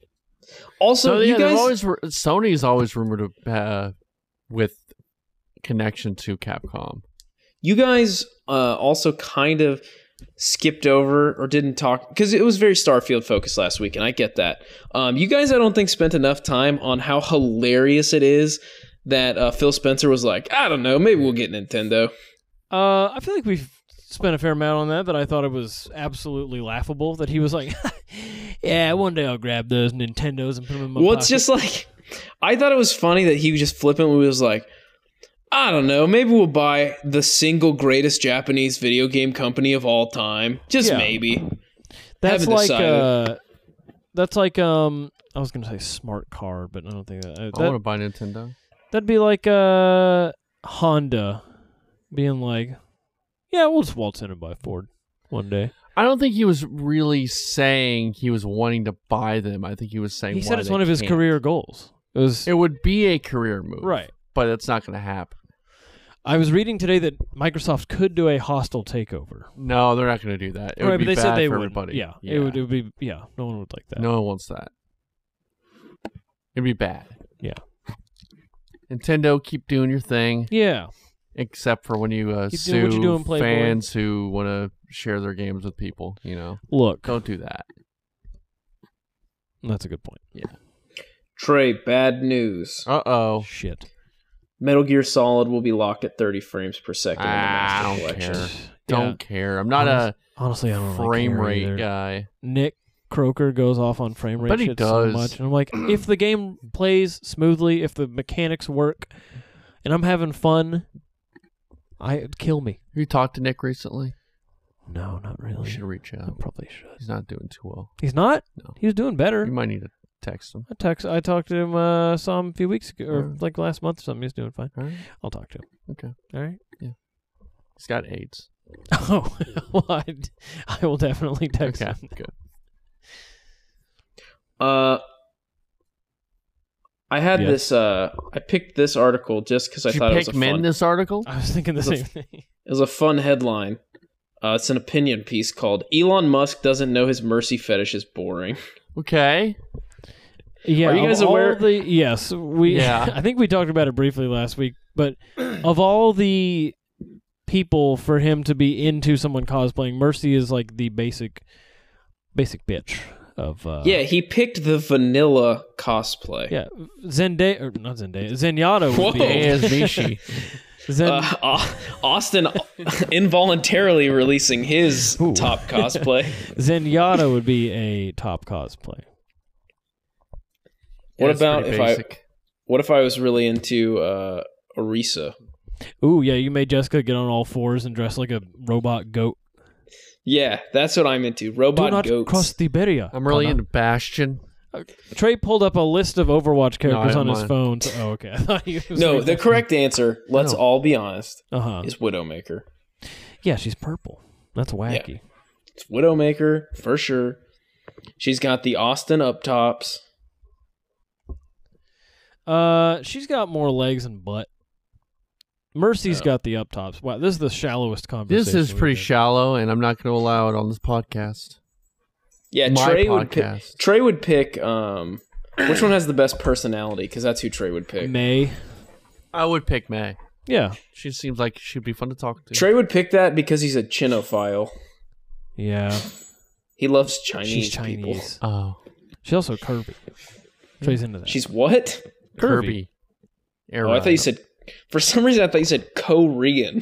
D: Also,
C: So,
D: you
C: yeah, they've
D: guys.
C: always ru- Sony's always rumored to uh, with connection to Capcom.
D: you guys uh, also kind of skipped over or didn't talk because it was very starfield focused last week and i get that um, you guys i don't think spent enough time on how hilarious it is that uh, phil spencer was like i don't know maybe we'll get nintendo
A: Uh, I feel like we've spent a fair amount on that. That I thought it was absolutely laughable that he was like, "Yeah, one day I'll grab those Nintendos and put them in my
D: well
A: pocket."
D: it's just like i thought it was funny that he just flippantly was like i don't know maybe we'll buy the single greatest japanese video game company of all time just
A: Yeah.
D: maybe
A: That's
D: Haven't
A: like
D: decided.
A: uh, that's like um. I was gonna say smart car, but I don't think that, uh,
C: I want
A: that
C: to buy Nintendo.
A: that'd be like uh Honda being like, yeah, we'll just waltz in and buy Ford one day.
C: I don't think he was really saying he was wanting to buy them. I think he was saying
A: He
C: why
A: said it's
C: they
A: one of his
C: can't.
A: career goals. It was
C: It would be a career move,
A: right.
C: But it's not going to happen.
A: I was reading today that Microsoft could do a hostile takeover.
C: No, they're not going to do that. It
A: right,
C: would be
A: but they
C: bad
A: said they
C: for
A: wouldn't.
C: everybody.
A: Yeah, it would. It would be yeah. No one would like that.
C: No one wants that. It'd be bad.
A: Yeah.
C: Nintendo, keep doing your thing,
A: Yeah.
C: except for when you uh,
A: Keep
C: sue
A: doing what you do in Playboy.
C: fans who want to share their games with people. You know,
A: Look,
C: don't do that.
A: that's a good point.
D: Trey, bad news.
C: Uh oh.
A: Shit.
D: Metal Gear Solid will be locked at 30 frames per second in the
C: Ah,
D: Master
C: I don't
D: Collection.
C: care.
A: Yeah.
C: Don't care. I'm not a
A: honestly, I don't really
C: frame
A: care
C: rate
A: either.
C: guy.
A: Nick Croker goes off on frame rate
C: Bet he
A: shit so
C: does.
A: much, and I'm like, if the game plays smoothly, if the mechanics work, and I'm having fun, I it'd kill me.
C: Have you talked to Nick recently?
A: No, not
C: We
D: Oh,
A: really.
C: should reach
A: I
C: out.
A: probably should.
C: He's not doing too well.
A: He's not.
C: No.
A: He was doing better.
C: You might need to text him.
A: I text. I talked to him. Uh, saw him a few weeks ago, or
C: Yeah.
A: like last month or something. He's doing fine.
C: All right.
A: I'll talk to him.
C: Okay.
A: All right.
C: He's got AIDS.
A: Oh, well, I, d- I will definitely text
C: Okay.
A: him.
C: Good.
D: Uh, I had
A: Yes.
D: this. Uh, I picked this article just because I
C: Did you
D: thought it
C: pick
D: was a
C: men
D: fun.
C: this article?
A: I was thinking the
D: That's a
A: same
D: f-
A: thing.
D: It was a fun headline. Uh, it's an opinion piece called "Elon Musk doesn't know his mercy fetish is boring."
C: Okay.
A: Yeah.
D: Are you
A: of
D: guys
A: all
D: aware-
A: The, yes, we.
C: Yeah.
A: I think we talked about it briefly last week, but of all the people for him to be into someone cosplaying, Mercy is like the basic, basic bitch of. Uh,
D: yeah, he picked the vanilla cosplay.
A: Yeah, Zendaya or not Zendaya, Zenyatta would
D: Whoa.
A: be.
C: As Mishi.
A: Zen-
D: Uh, Au- Austin involuntarily releasing his
A: Ooh.
D: top cosplay.
A: Zenyatta would be a top cosplay.
D: What
C: That's
D: about
C: pretty
D: if I-
C: basic.
D: What if I was really into uh, Orisa?
A: Ooh, yeah, you made Jessica get on all fours and dress like a robot goat.
D: Yeah, that's what I'm into.
A: Do
D: Robot
A: not
D: goats.
A: cross the barrier.
C: I'm really
A: Connor.
C: into Bastion.
A: Trey pulled up a list of Overwatch characters on
C: don't
A: his
C: mind.
A: phone. so- oh, okay. I thought he was
D: no, the correct answer, let's
C: No.
D: all be honest,
A: Uh huh.
D: is Widowmaker.
A: Yeah, she's purple. That's wacky.
D: It's Widowmaker for sure. She's got the Austin up tops.
A: Uh, she's got more legs and butt. Mercy's
D: Oh.
A: got the up tops. Wow, this is the shallowest conversation.
C: This is
A: we've
C: pretty
A: had.
C: shallow, and I'm not going to allow it on this podcast.
D: Yeah,
C: My
D: Trey would pick.
C: podcast.
D: Trey would pick. Um, which one has the best personality? Because that's who Trey would pick.
A: May.
C: I would pick May.
A: Yeah.
C: She seems like she'd be fun to talk to.
D: Trey would pick that because he's a chinophile.
A: Yeah.
D: He loves Chinese,
A: she's
D: people.
A: Chinese.
C: oh,
A: She's also curvy. Trey's into that.
D: She's what?
A: Kirby.
C: Kirby.
D: Oh, I thought you said. For some reason, I thought you said Korean.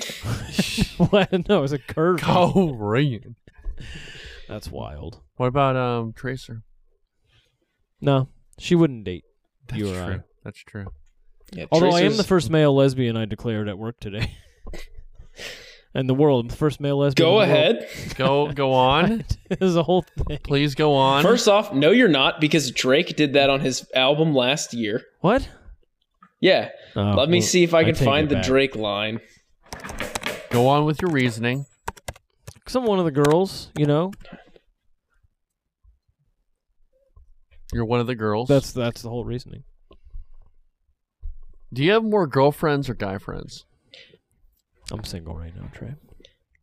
A: what? No, it's a curvy.
C: Korean.
A: That's wild.
C: Oh, What about um Tracer?
A: No, she wouldn't date. You or
C: true.
A: I.
C: That's true.
D: Yeah,
A: Although I am
D: Tracer's-
A: the first male lesbian I declared at work today. and the world, I'm the first male lesbian. in
D: Go
A: the world.
D: ahead.
C: Go go on.
A: There's a whole thing.
C: Please go on.
D: First off, no, you're not because Drake did that on his album last year.
A: What?
D: Yeah.
A: Oh,
D: Let me
A: well,
D: see if I can
A: take
D: find
A: it
D: the
A: back.
D: Drake line.
C: Go on with your reasoning.
A: Some one of the girls, you know.
C: You're one of the girls.
A: That's that's the whole reasoning.
C: Do you have more girlfriends or guy friends?
A: I'm single right now, Trey.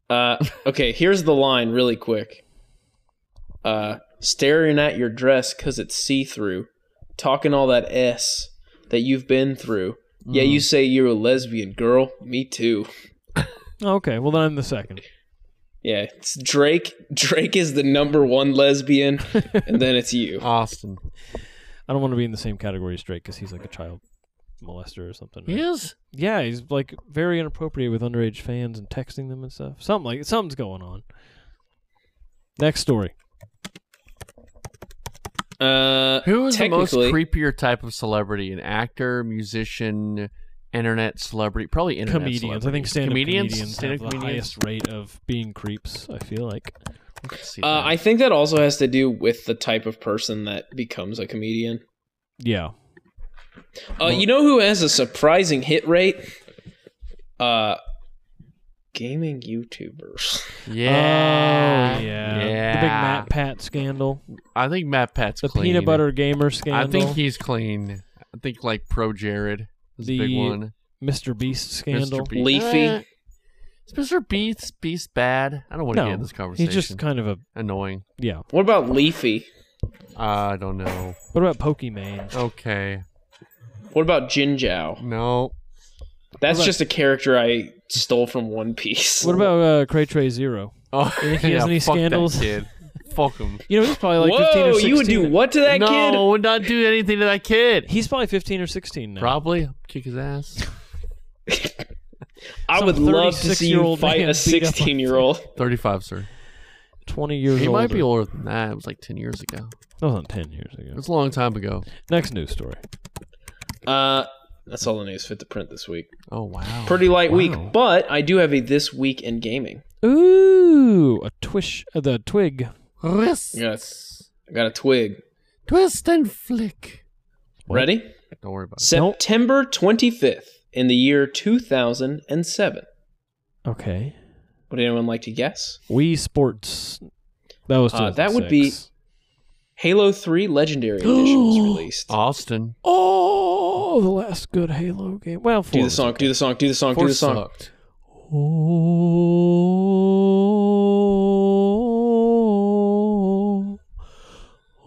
D: Uh, okay, here's the line really quick. Uh, staring at your dress because it's see through, talking all that S that you've been through. Yeah,
A: Mm-hmm.
D: you say you're a lesbian girl. Me too.
A: Okay, well then I'm the second.
D: Yeah, it's Drake. Drake is the number one lesbian, and then it's you.
C: Austin.
A: I don't want to be in the same category as Drake because he's like a child molester or something. right?
C: He is.
A: Yeah, he's like very inappropriate with underage fans and texting them and stuff. Something like something's going on. Next story.
D: Uh,
C: Who is the most
D: technically-
C: creepier type of celebrity? An actor, musician, internet celebrity, probably internet
A: comedians. I
C: celebrity.
A: think stand-up comedians,
C: comedians, stand-up
A: have the highest rate of being creeps. I feel like.
C: I can see
D: Uh,
C: that.
D: I think that also has to do with the type of person that becomes a comedian.
A: Yeah.
D: Uh, you know who has a surprising hit rate? Uh, gaming YouTubers.
C: Yeah.
A: Oh, yeah. The big
C: Yeah.
A: Matt Pat scandal.
C: I think Matt Pat's
A: The
C: clean.
A: peanut butter gamer
C: I
A: scandal.
C: think he's clean. I think like pro Jared is the,
A: The
C: big one.
A: Mr. Beast scandal.
C: Mr. Beast.
D: Leafy.
C: Eh, is Mr. Beast Beast bad? I don't want to
A: No,
C: get in Oh, this conversation.
A: He's just kind of a
C: annoying.
A: yeah.
D: What about Leafy?
C: I don't know.
A: What about Pokimane?
C: Okay.
D: What about Jin Zhao?
C: No.
D: That's
A: What about-
D: just a character I stole from One Piece.
A: What about uh, Cray Zero?
C: Oh,
A: think he has any
C: fuck that
A: scandals?
C: kid. fuck him.
A: You know, he's probably like fifteen or
D: Whoa,
A: sixteen.
D: you would do what to that
C: no,
D: kid?
C: would not do anything to that kid.
A: He's probably fifteen or sixteen now.
C: Probably kick his ass.
D: I would
A: Some
D: love to see you
A: 36-year-old man
D: fight
A: beat up
D: a
A: on
D: 16 year old.
C: Thirty-five, sir.
A: Twenty years.
C: He might be
A: older.
C: older than that. It was like ten years ago.
A: That wasn't ten years
C: It
A: ago.
C: was a long time ago.
A: Next news story.
D: Uh, that's all the news fit to print this week.
C: Oh wow.
D: Pretty light week,
C: Wow.
D: but I do have a this week in gaming.
A: Ooh, a twish, uh, the twig.
C: Twist,
D: Yes. I got a twig.
C: twist and flick.
A: What?
D: Ready?
C: Don't worry about it.
D: September 25th in the year 2007.
A: Okay,
D: Would anyone like to guess?
A: Wii Sports. That was
D: Uh, that would be-
A: 2006.
D: Halo 3 Legendary Edition was released.
C: Austin.
A: Oh, the last good Halo game. Well, four
D: Do the
A: was
D: song, do the song, do the song, do
C: Four
D: the song.
C: sucked.
A: Oh,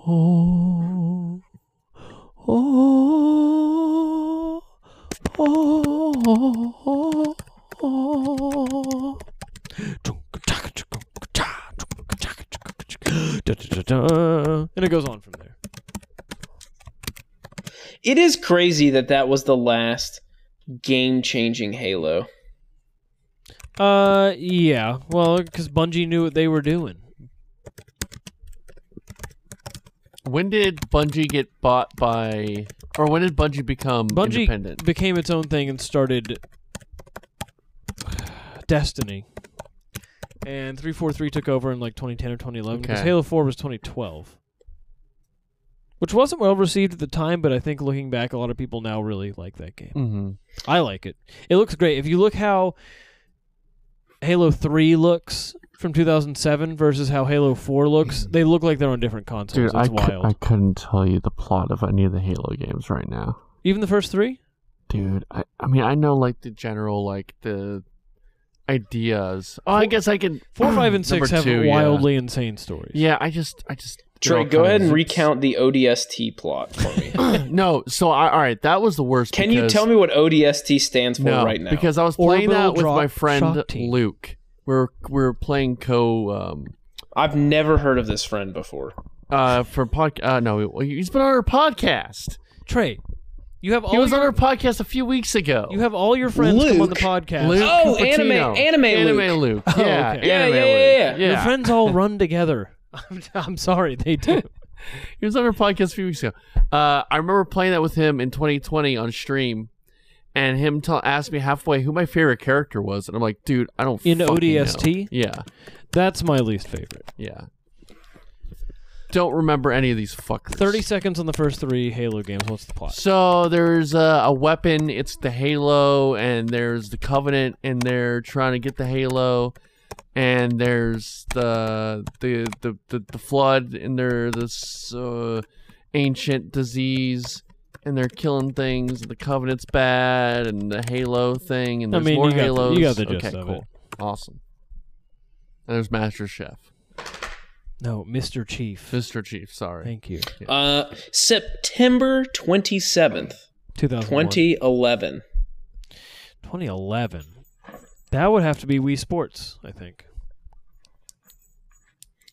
A: oh, oh, oh, oh. And it goes on from there.
D: It is crazy that that was the last game changing Halo.
A: Uh, yeah. Well, because Bungie knew what they were doing.
C: When did Bungie get bought by, or when did Bungie become
A: Bungie
C: independent?
A: became its own thing and started Destiny. And 343 took over in like 2010 or 2011 because
C: Okay.
A: Halo 4 was 2012. Which wasn't well received at the time, but I think looking back, a lot of people now really like that game.
C: Mm-hmm.
A: I like it. It looks great. If you look how Halo 3 looks from 2007 versus how Halo 4 looks, they look like they're on different consoles. it's wild.
C: couldn't tell you the plot of any of the Halo games right now.
A: Even the first three?
C: dude I, I mean i know like the general like the ideas oh i guess i can
A: 4, 5, and 6
C: Number
A: have
C: two, yeah.
A: wildly insane stories.
C: yeah i just i just it all
D: Trey, go
C: kinda
D: ahead and
C: zips.
D: recount the ODST plot for me.
C: no so I, all right that was the worst
D: Can you
C: because,
D: tell me what ODST stands for
C: no,
D: right now?
C: because i was playing
A: Orbital
C: that with
A: Drop
C: my friend
A: Shock Team.
C: luke we're we're playing co um
D: I've never heard of this friend before.
C: uh for podcast uh no well, he's been on our podcast
A: Trey, you have all
C: he was
A: your,
C: on our podcast a few weeks ago
A: Oh, you have all your friends come on the
D: Luke.
A: podcast.
C: Luke
D: Oh,
C: Cupertino.
D: anime- anime
C: anime Luke. Yeah,
A: Oh, okay.
D: Yeah,
C: anime
D: yeah,
C: Luke.
D: yeah, yeah.
A: Your friends all run together. I'm, I'm sorry, they do.
C: He was on our podcast a few weeks ago. Uh, I remember playing that with him in 2020 on stream, and him tell asked me halfway who my favorite character was, and I'm like, dude, I don't
A: In
C: fucking
A: ODST?
C: know. Yeah,
A: That's my least favorite.
C: yeah. Don't remember any of these fuckers.
A: 30 seconds on the first three Halo games. What's the plot?
C: So there's a, a weapon. It's the Halo, and there's the Covenant, and they're trying to get the Halo, and there's the the the the, the flood, and they're this uh, ancient disease, and they're killing things. And the Covenant's bad, and the Halo thing, and
A: I
C: there's
A: mean,
C: more
A: you got the- you
C: Halos.
A: got the gist
C: okay,
A: of
C: cool, awesome. And there's Master Chef,
A: No, Mr. Chief.
C: Mr. Chief. Sorry,
A: Thank you.
D: Uh, September 27th,
A: 2001.
D: 2011.
A: 2011. That would have to be Wii Sports, I think.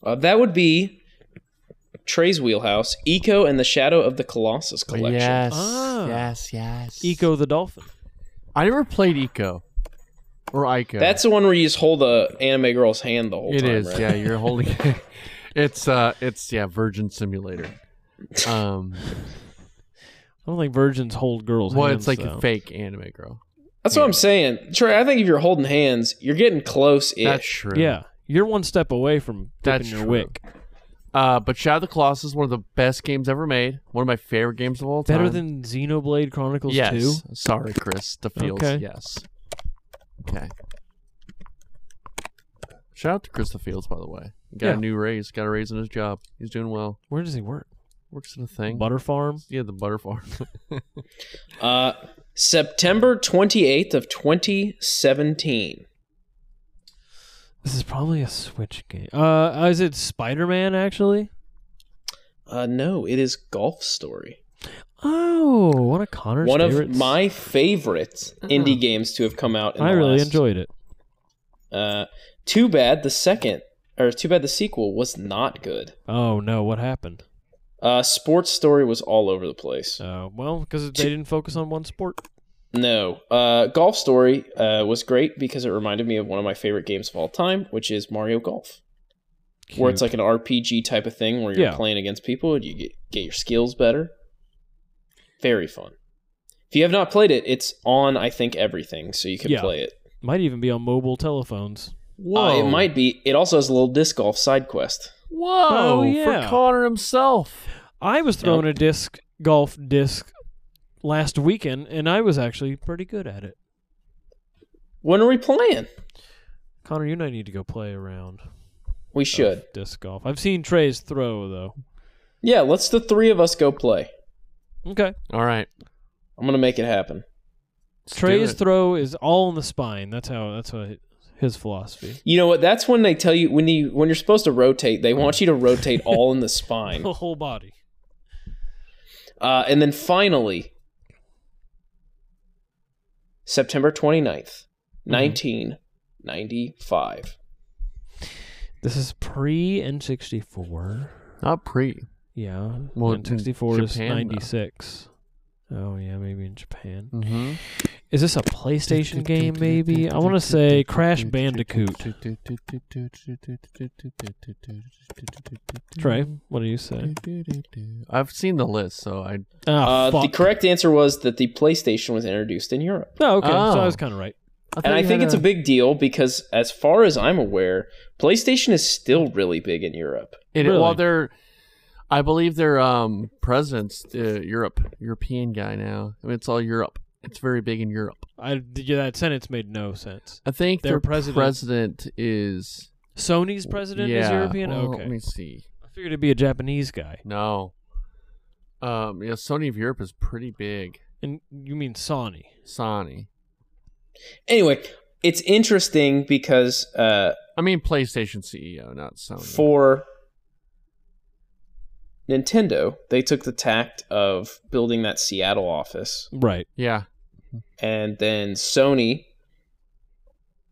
D: Uh, that would be Trey's Wheelhouse, Eco and the Shadow of the Colossus collection.
C: Yes,
A: Ah.
C: yes, yes.
A: Eco the Dolphin.
C: I never played Eco or Ico.
D: That's the one where you just hold the anime girl's hand the whole
C: It
D: time.
C: is,
D: right?
C: yeah. You're holding. it's uh, it's yeah, Virgin Simulator. Um,
A: I don't think virgins hold girls.
C: well,
A: hands,
C: it's like
A: though.
C: a fake anime girl.
D: That's what I'm saying. Trey, I think if you're holding hands, you're getting close
C: That's
D: ish.
C: true.
A: Yeah. You're one step away from dipping
C: That's
A: your
C: true.
A: wick.
C: Uh, but Shadow of the Colossus, one of the best games ever made. One of my favorite games of all time.
A: Better than Xenoblade Chronicles
C: yes.
A: 2?
C: Sorry, Chris. The feels.
A: Okay.
C: Yes. Okay. Shout out to Krista Fields, by the way. He got
A: Yeah.
C: a new raise. Got a raise in his job. He's doing well.
A: Where does he work?
C: Works at a thing.
A: Butter farm.
C: yeah, the butter farm.
D: Uh, September 28th of 2017.
A: This is probably a Switch game. Uh, is it Spider Man actually?
D: Uh, no, it is Golf Story.
A: Oh, one of Connor's
D: One of
A: favorites.
D: my favorite indie games to have come out in
A: I
D: the
A: really
D: last-
A: enjoyed it.
D: Uh, too bad the second, or too bad the sequel was not good.
A: Oh no, what happened?
D: Uh, sports story was all over the place.
A: Uh, well, because they didn't focus on one sport.
D: No, uh, golf story uh, was great because it reminded me of one of my favorite games of all time, which is Mario Golf, where it's
A: Cute.
D: like an RPG type of thing where you're
A: Yeah.
D: playing against people and you get, get your skills better. Very fun. If you have not played it, it's on I think everything, so you can
A: Yeah.
D: play it.
A: might even be on mobile telephones.
D: Uh,
C: Whoa!
D: it might be. It also has a little disc golf side quest.
C: Whoa!
A: Oh, yeah.
C: For Connor himself.
A: I was throwing a disc golf disc last weekend, and I was actually pretty good at it.
D: When are we playing?
A: Connor, you and I need to go play around. Oh.
D: We should.
A: disc golf. I've seen Trey's throw though.
D: Yeah, let's the three of us go play.
A: Okay,
C: All right.
D: I'm gonna make it happen.
C: let's do
A: Trey's
C: it.
A: throw is all in the spine. That's how. That's what his philosophy.
D: You know what? That's when they tell you when you when you're supposed to rotate. They want you to rotate all in the spine.
A: The whole body.
D: Uh, and then finally, September 29th, 1995.
A: This is pre N64.
C: Not pre.
A: Yeah,
C: Well, in
A: N64 is
C: Japan, though.
A: 96. Oh yeah, maybe in Japan.
C: Mm-hmm.
A: Is this a PlayStation game? Maybe I want to say Crash Bandicoot. Trey, what do you say?
C: I've seen the list, so I.
A: Ah,
D: Uh, the
A: fuck.
D: correct answer was that the PlayStation was introduced in Europe.
A: Oh, okay. So I
C: Oh.
A: was kind of right.
D: And I
C: you uh,
D: think
C: had
D: it's a big deal because, as far as I'm aware, PlayStation is still really big in Europe.
C: It,
A: Really?
C: Well, they're, I believe they're um presidents uh, Europe European guy now. I mean, it's all Europe. It's very big in Europe.
A: I yeah, that sentence made no sense.
C: I think
A: Their
C: their,
A: president-
C: president, is
A: Sony's president
C: yeah,
A: is European.
C: well,
A: okay,
C: Let me see.
A: I figured it'd be a Japanese guy.
C: No. Um. Yeah. Sony of Europe is pretty big.
A: And you mean Sony?
C: Sony.
D: Anyway, it's interesting because uh,
C: I mean PlayStation CEO, not Sony.
D: for Nintendo, they took the tact of building that Seattle office,
A: Right.
C: yeah.
D: and then Sony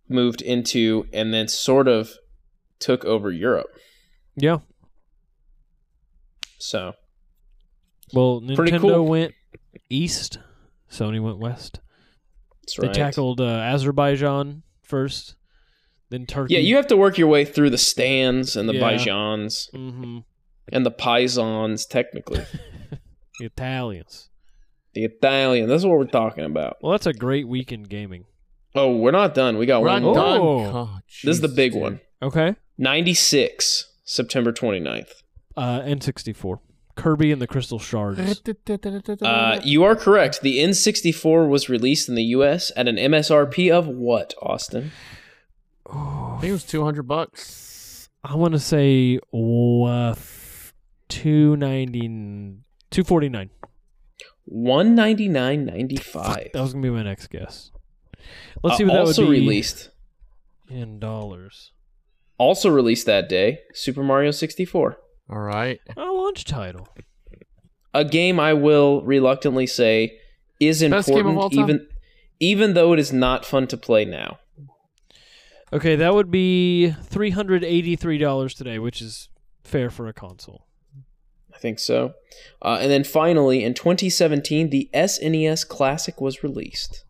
D: moved into and then sort of took over Europe.
A: Yeah.
D: So
A: Well,
D: Pretty
A: Nintendo
D: cool.
A: went east. Sony went west.
D: that's
A: They
D: right.
A: tackled uh, Azerbaijan first, then Turkey.
D: yeah, you have to work your way through the stands and the
A: Yeah.
D: Bajans
A: hmm
D: and the Pisons, technically.
A: The Italians.
D: the Italian. That's what we're talking about.
A: Well, that's a great week in gaming.
D: Oh, we're not done. We got
C: We're
D: one
C: not
D: more.
C: done.
A: Oh.
C: Oh,
D: This is the
C: Jesus,
D: big
C: dude.
D: one.
A: Okay.
D: 96, September 29th.
A: Uh, N64. Kirby and the Crystal Shards.
D: Uh, you are correct. The N64 was released in the US at an MSRP of what, Austin?
C: I think it was two hundred bucks.
A: I want to say uh, 290 249.
D: 199.95.
A: That was going to be my next guess. Let's
D: Uh,
A: see what that would
D: also
A: be
D: released.
A: in dollars.
D: Also released that day, Super Mario 64.
C: All right.
A: A launch title.
D: A game I will reluctantly say is
C: Best game of
D: important
C: all time?
D: even even though it is not fun to play now.
A: Okay, that would be three hundred eighty-three dollars today, which is fair for a console.
D: I think so. Uh, and then finally, in 2017, the SNES Classic was released.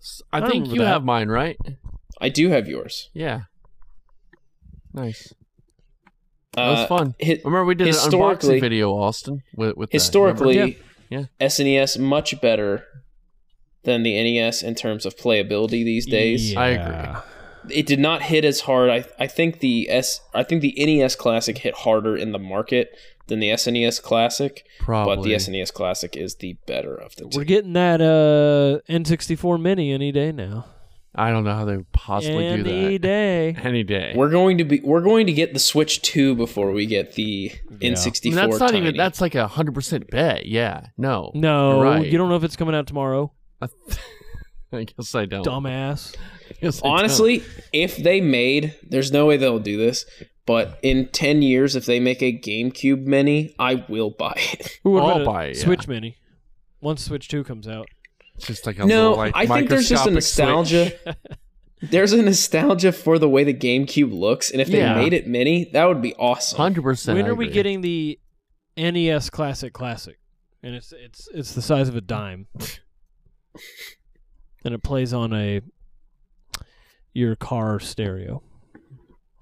C: S- I,
A: I
C: think
A: remember
C: you
A: that.
C: have mine, right?
D: I do have yours.
C: Yeah. Nice. That
D: Uh,
C: was fun.
D: hi-
C: Remember we did an
D: historically-
C: unboxing video, Austin, with with that,
D: historically
A: Yeah.
C: Yeah.
D: SNES much better than the NES in terms of playability these days.
C: I agree.
D: It did not hit as hard. I I think the S I think the NES Classic hit harder in the market than the SNES Classic,
C: Probably.
D: but the E? SNES Classic is the better of the two.
A: We're getting that uh, N64 Mini any day now.
C: I don't know how they would possibly
A: Any
C: do that.
A: day.
C: Any day.
D: We're going to be we're going to get the Switch 2 before we get the N64
C: I mean, that's not
D: Tiny.
C: even. That's like a hundred percent bet. Yeah. No.
A: No,
C: You're right.
A: you don't know if it's coming out tomorrow.
C: I guess I don't.
A: Dumbass.
C: Guess I don't.
D: Honestly, if they made, there's no way they'll do this. But in ten years, if they make a GameCube Mini, I will buy it.
A: Ooh, what
C: I'll
A: about a
C: buy it, yeah.
A: Switch Mini. Once Switch Two comes out,
C: it's just like a
D: no,
C: little, like,
D: I think there's just a
C: microscopic
D: nostalgia.
C: switch.
D: there's a nostalgia for the way the GameCube looks, and if they
C: Yeah.
D: made it mini, that would be awesome.
C: Hundred percent.
A: when
C: I
A: are we
C: agree.
A: getting the NES Classic Classic? And it's it's it's the size of a dime, and it plays on a your car stereo.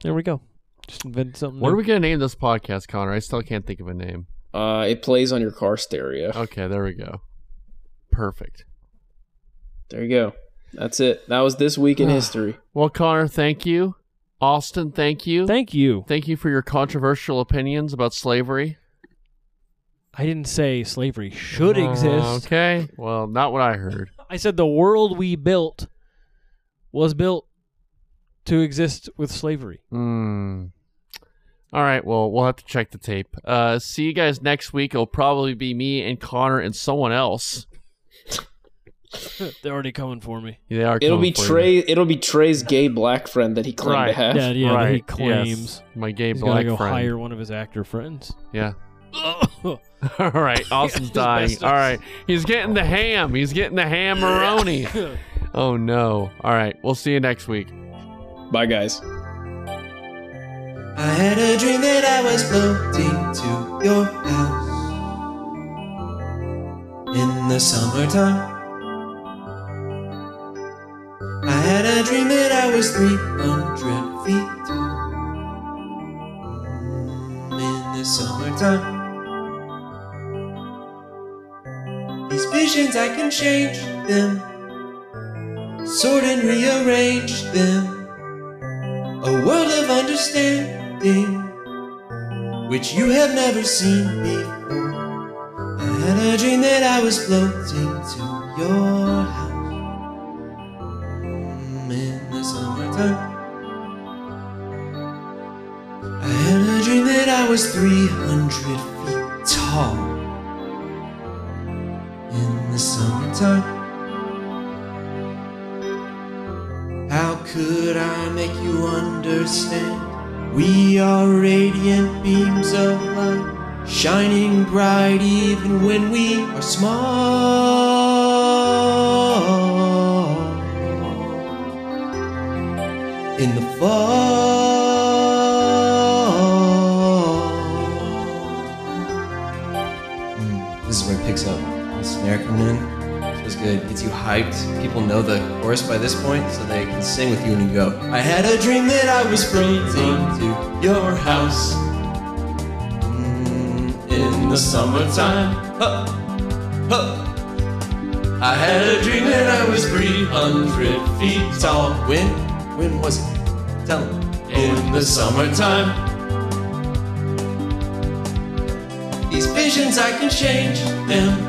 A: There we go. Just invented something.
C: What
A: new.
C: are we gonna name this podcast, Connor? I still can't think of a name.
D: Uh, it plays on your car stereo.
C: Okay, there we go. Perfect.
D: There you go. That's it. That was this week in history.
C: Well, Connor, thank you. Austin, thank you.
A: Thank you.
C: Thank you for your controversial opinions about slavery.
A: I didn't say slavery should exist.
C: Uh, Oh, Okay. Well, not what I heard.
A: I said the world we built was built to exist with slavery.
C: Hmm. All right. Well, we'll have to check the tape. Uh, see you guys next week. It'll probably be me and Connor and someone else.
A: They're already coming for me.
C: They are.
D: It'll
C: coming
D: be
C: for you.
D: Trey. It'll be Trey's gay black friend that he claimed to
C: Right.
D: have.
A: Yeah, yeah. that
C: Right,
A: he
C: yes.
A: claims
C: My gay
A: he's
C: black
A: gonna go
C: friend.
A: hire one of his actor friends.
C: Yeah. All right. Austin's dying.
A: Asbestos.
C: All right. He's getting the ham. He's getting the hammeroni. oh no. All right. We'll see you next week.
D: Bye, guys.
F: I had a dream that I was floating to your house in the summertime. I had a dream that I was 300 feet tall Mm, in the summertime. These visions, I can change them, sort and rearrange them a world of understanding which you have never seen before. I had a dream that I was floating to your house Mm, in the summertime. I had a dream that I was 300 feet tall in the summertime. How could I make you understand? We are radiant beams of light, shining bright even when we are small. In the fall. Mm, this is where it picks up. The snare coming in. It's good. Gets you hyped. People know the chorus by this point, so they can sing with you and you go. I had a dream that I was freezing to your house Mm, in the summertime. Huh. Huh. I had a dream that I was 300 feet tall. When? When was it? Tell 'em. In the summertime. These visions, I can change them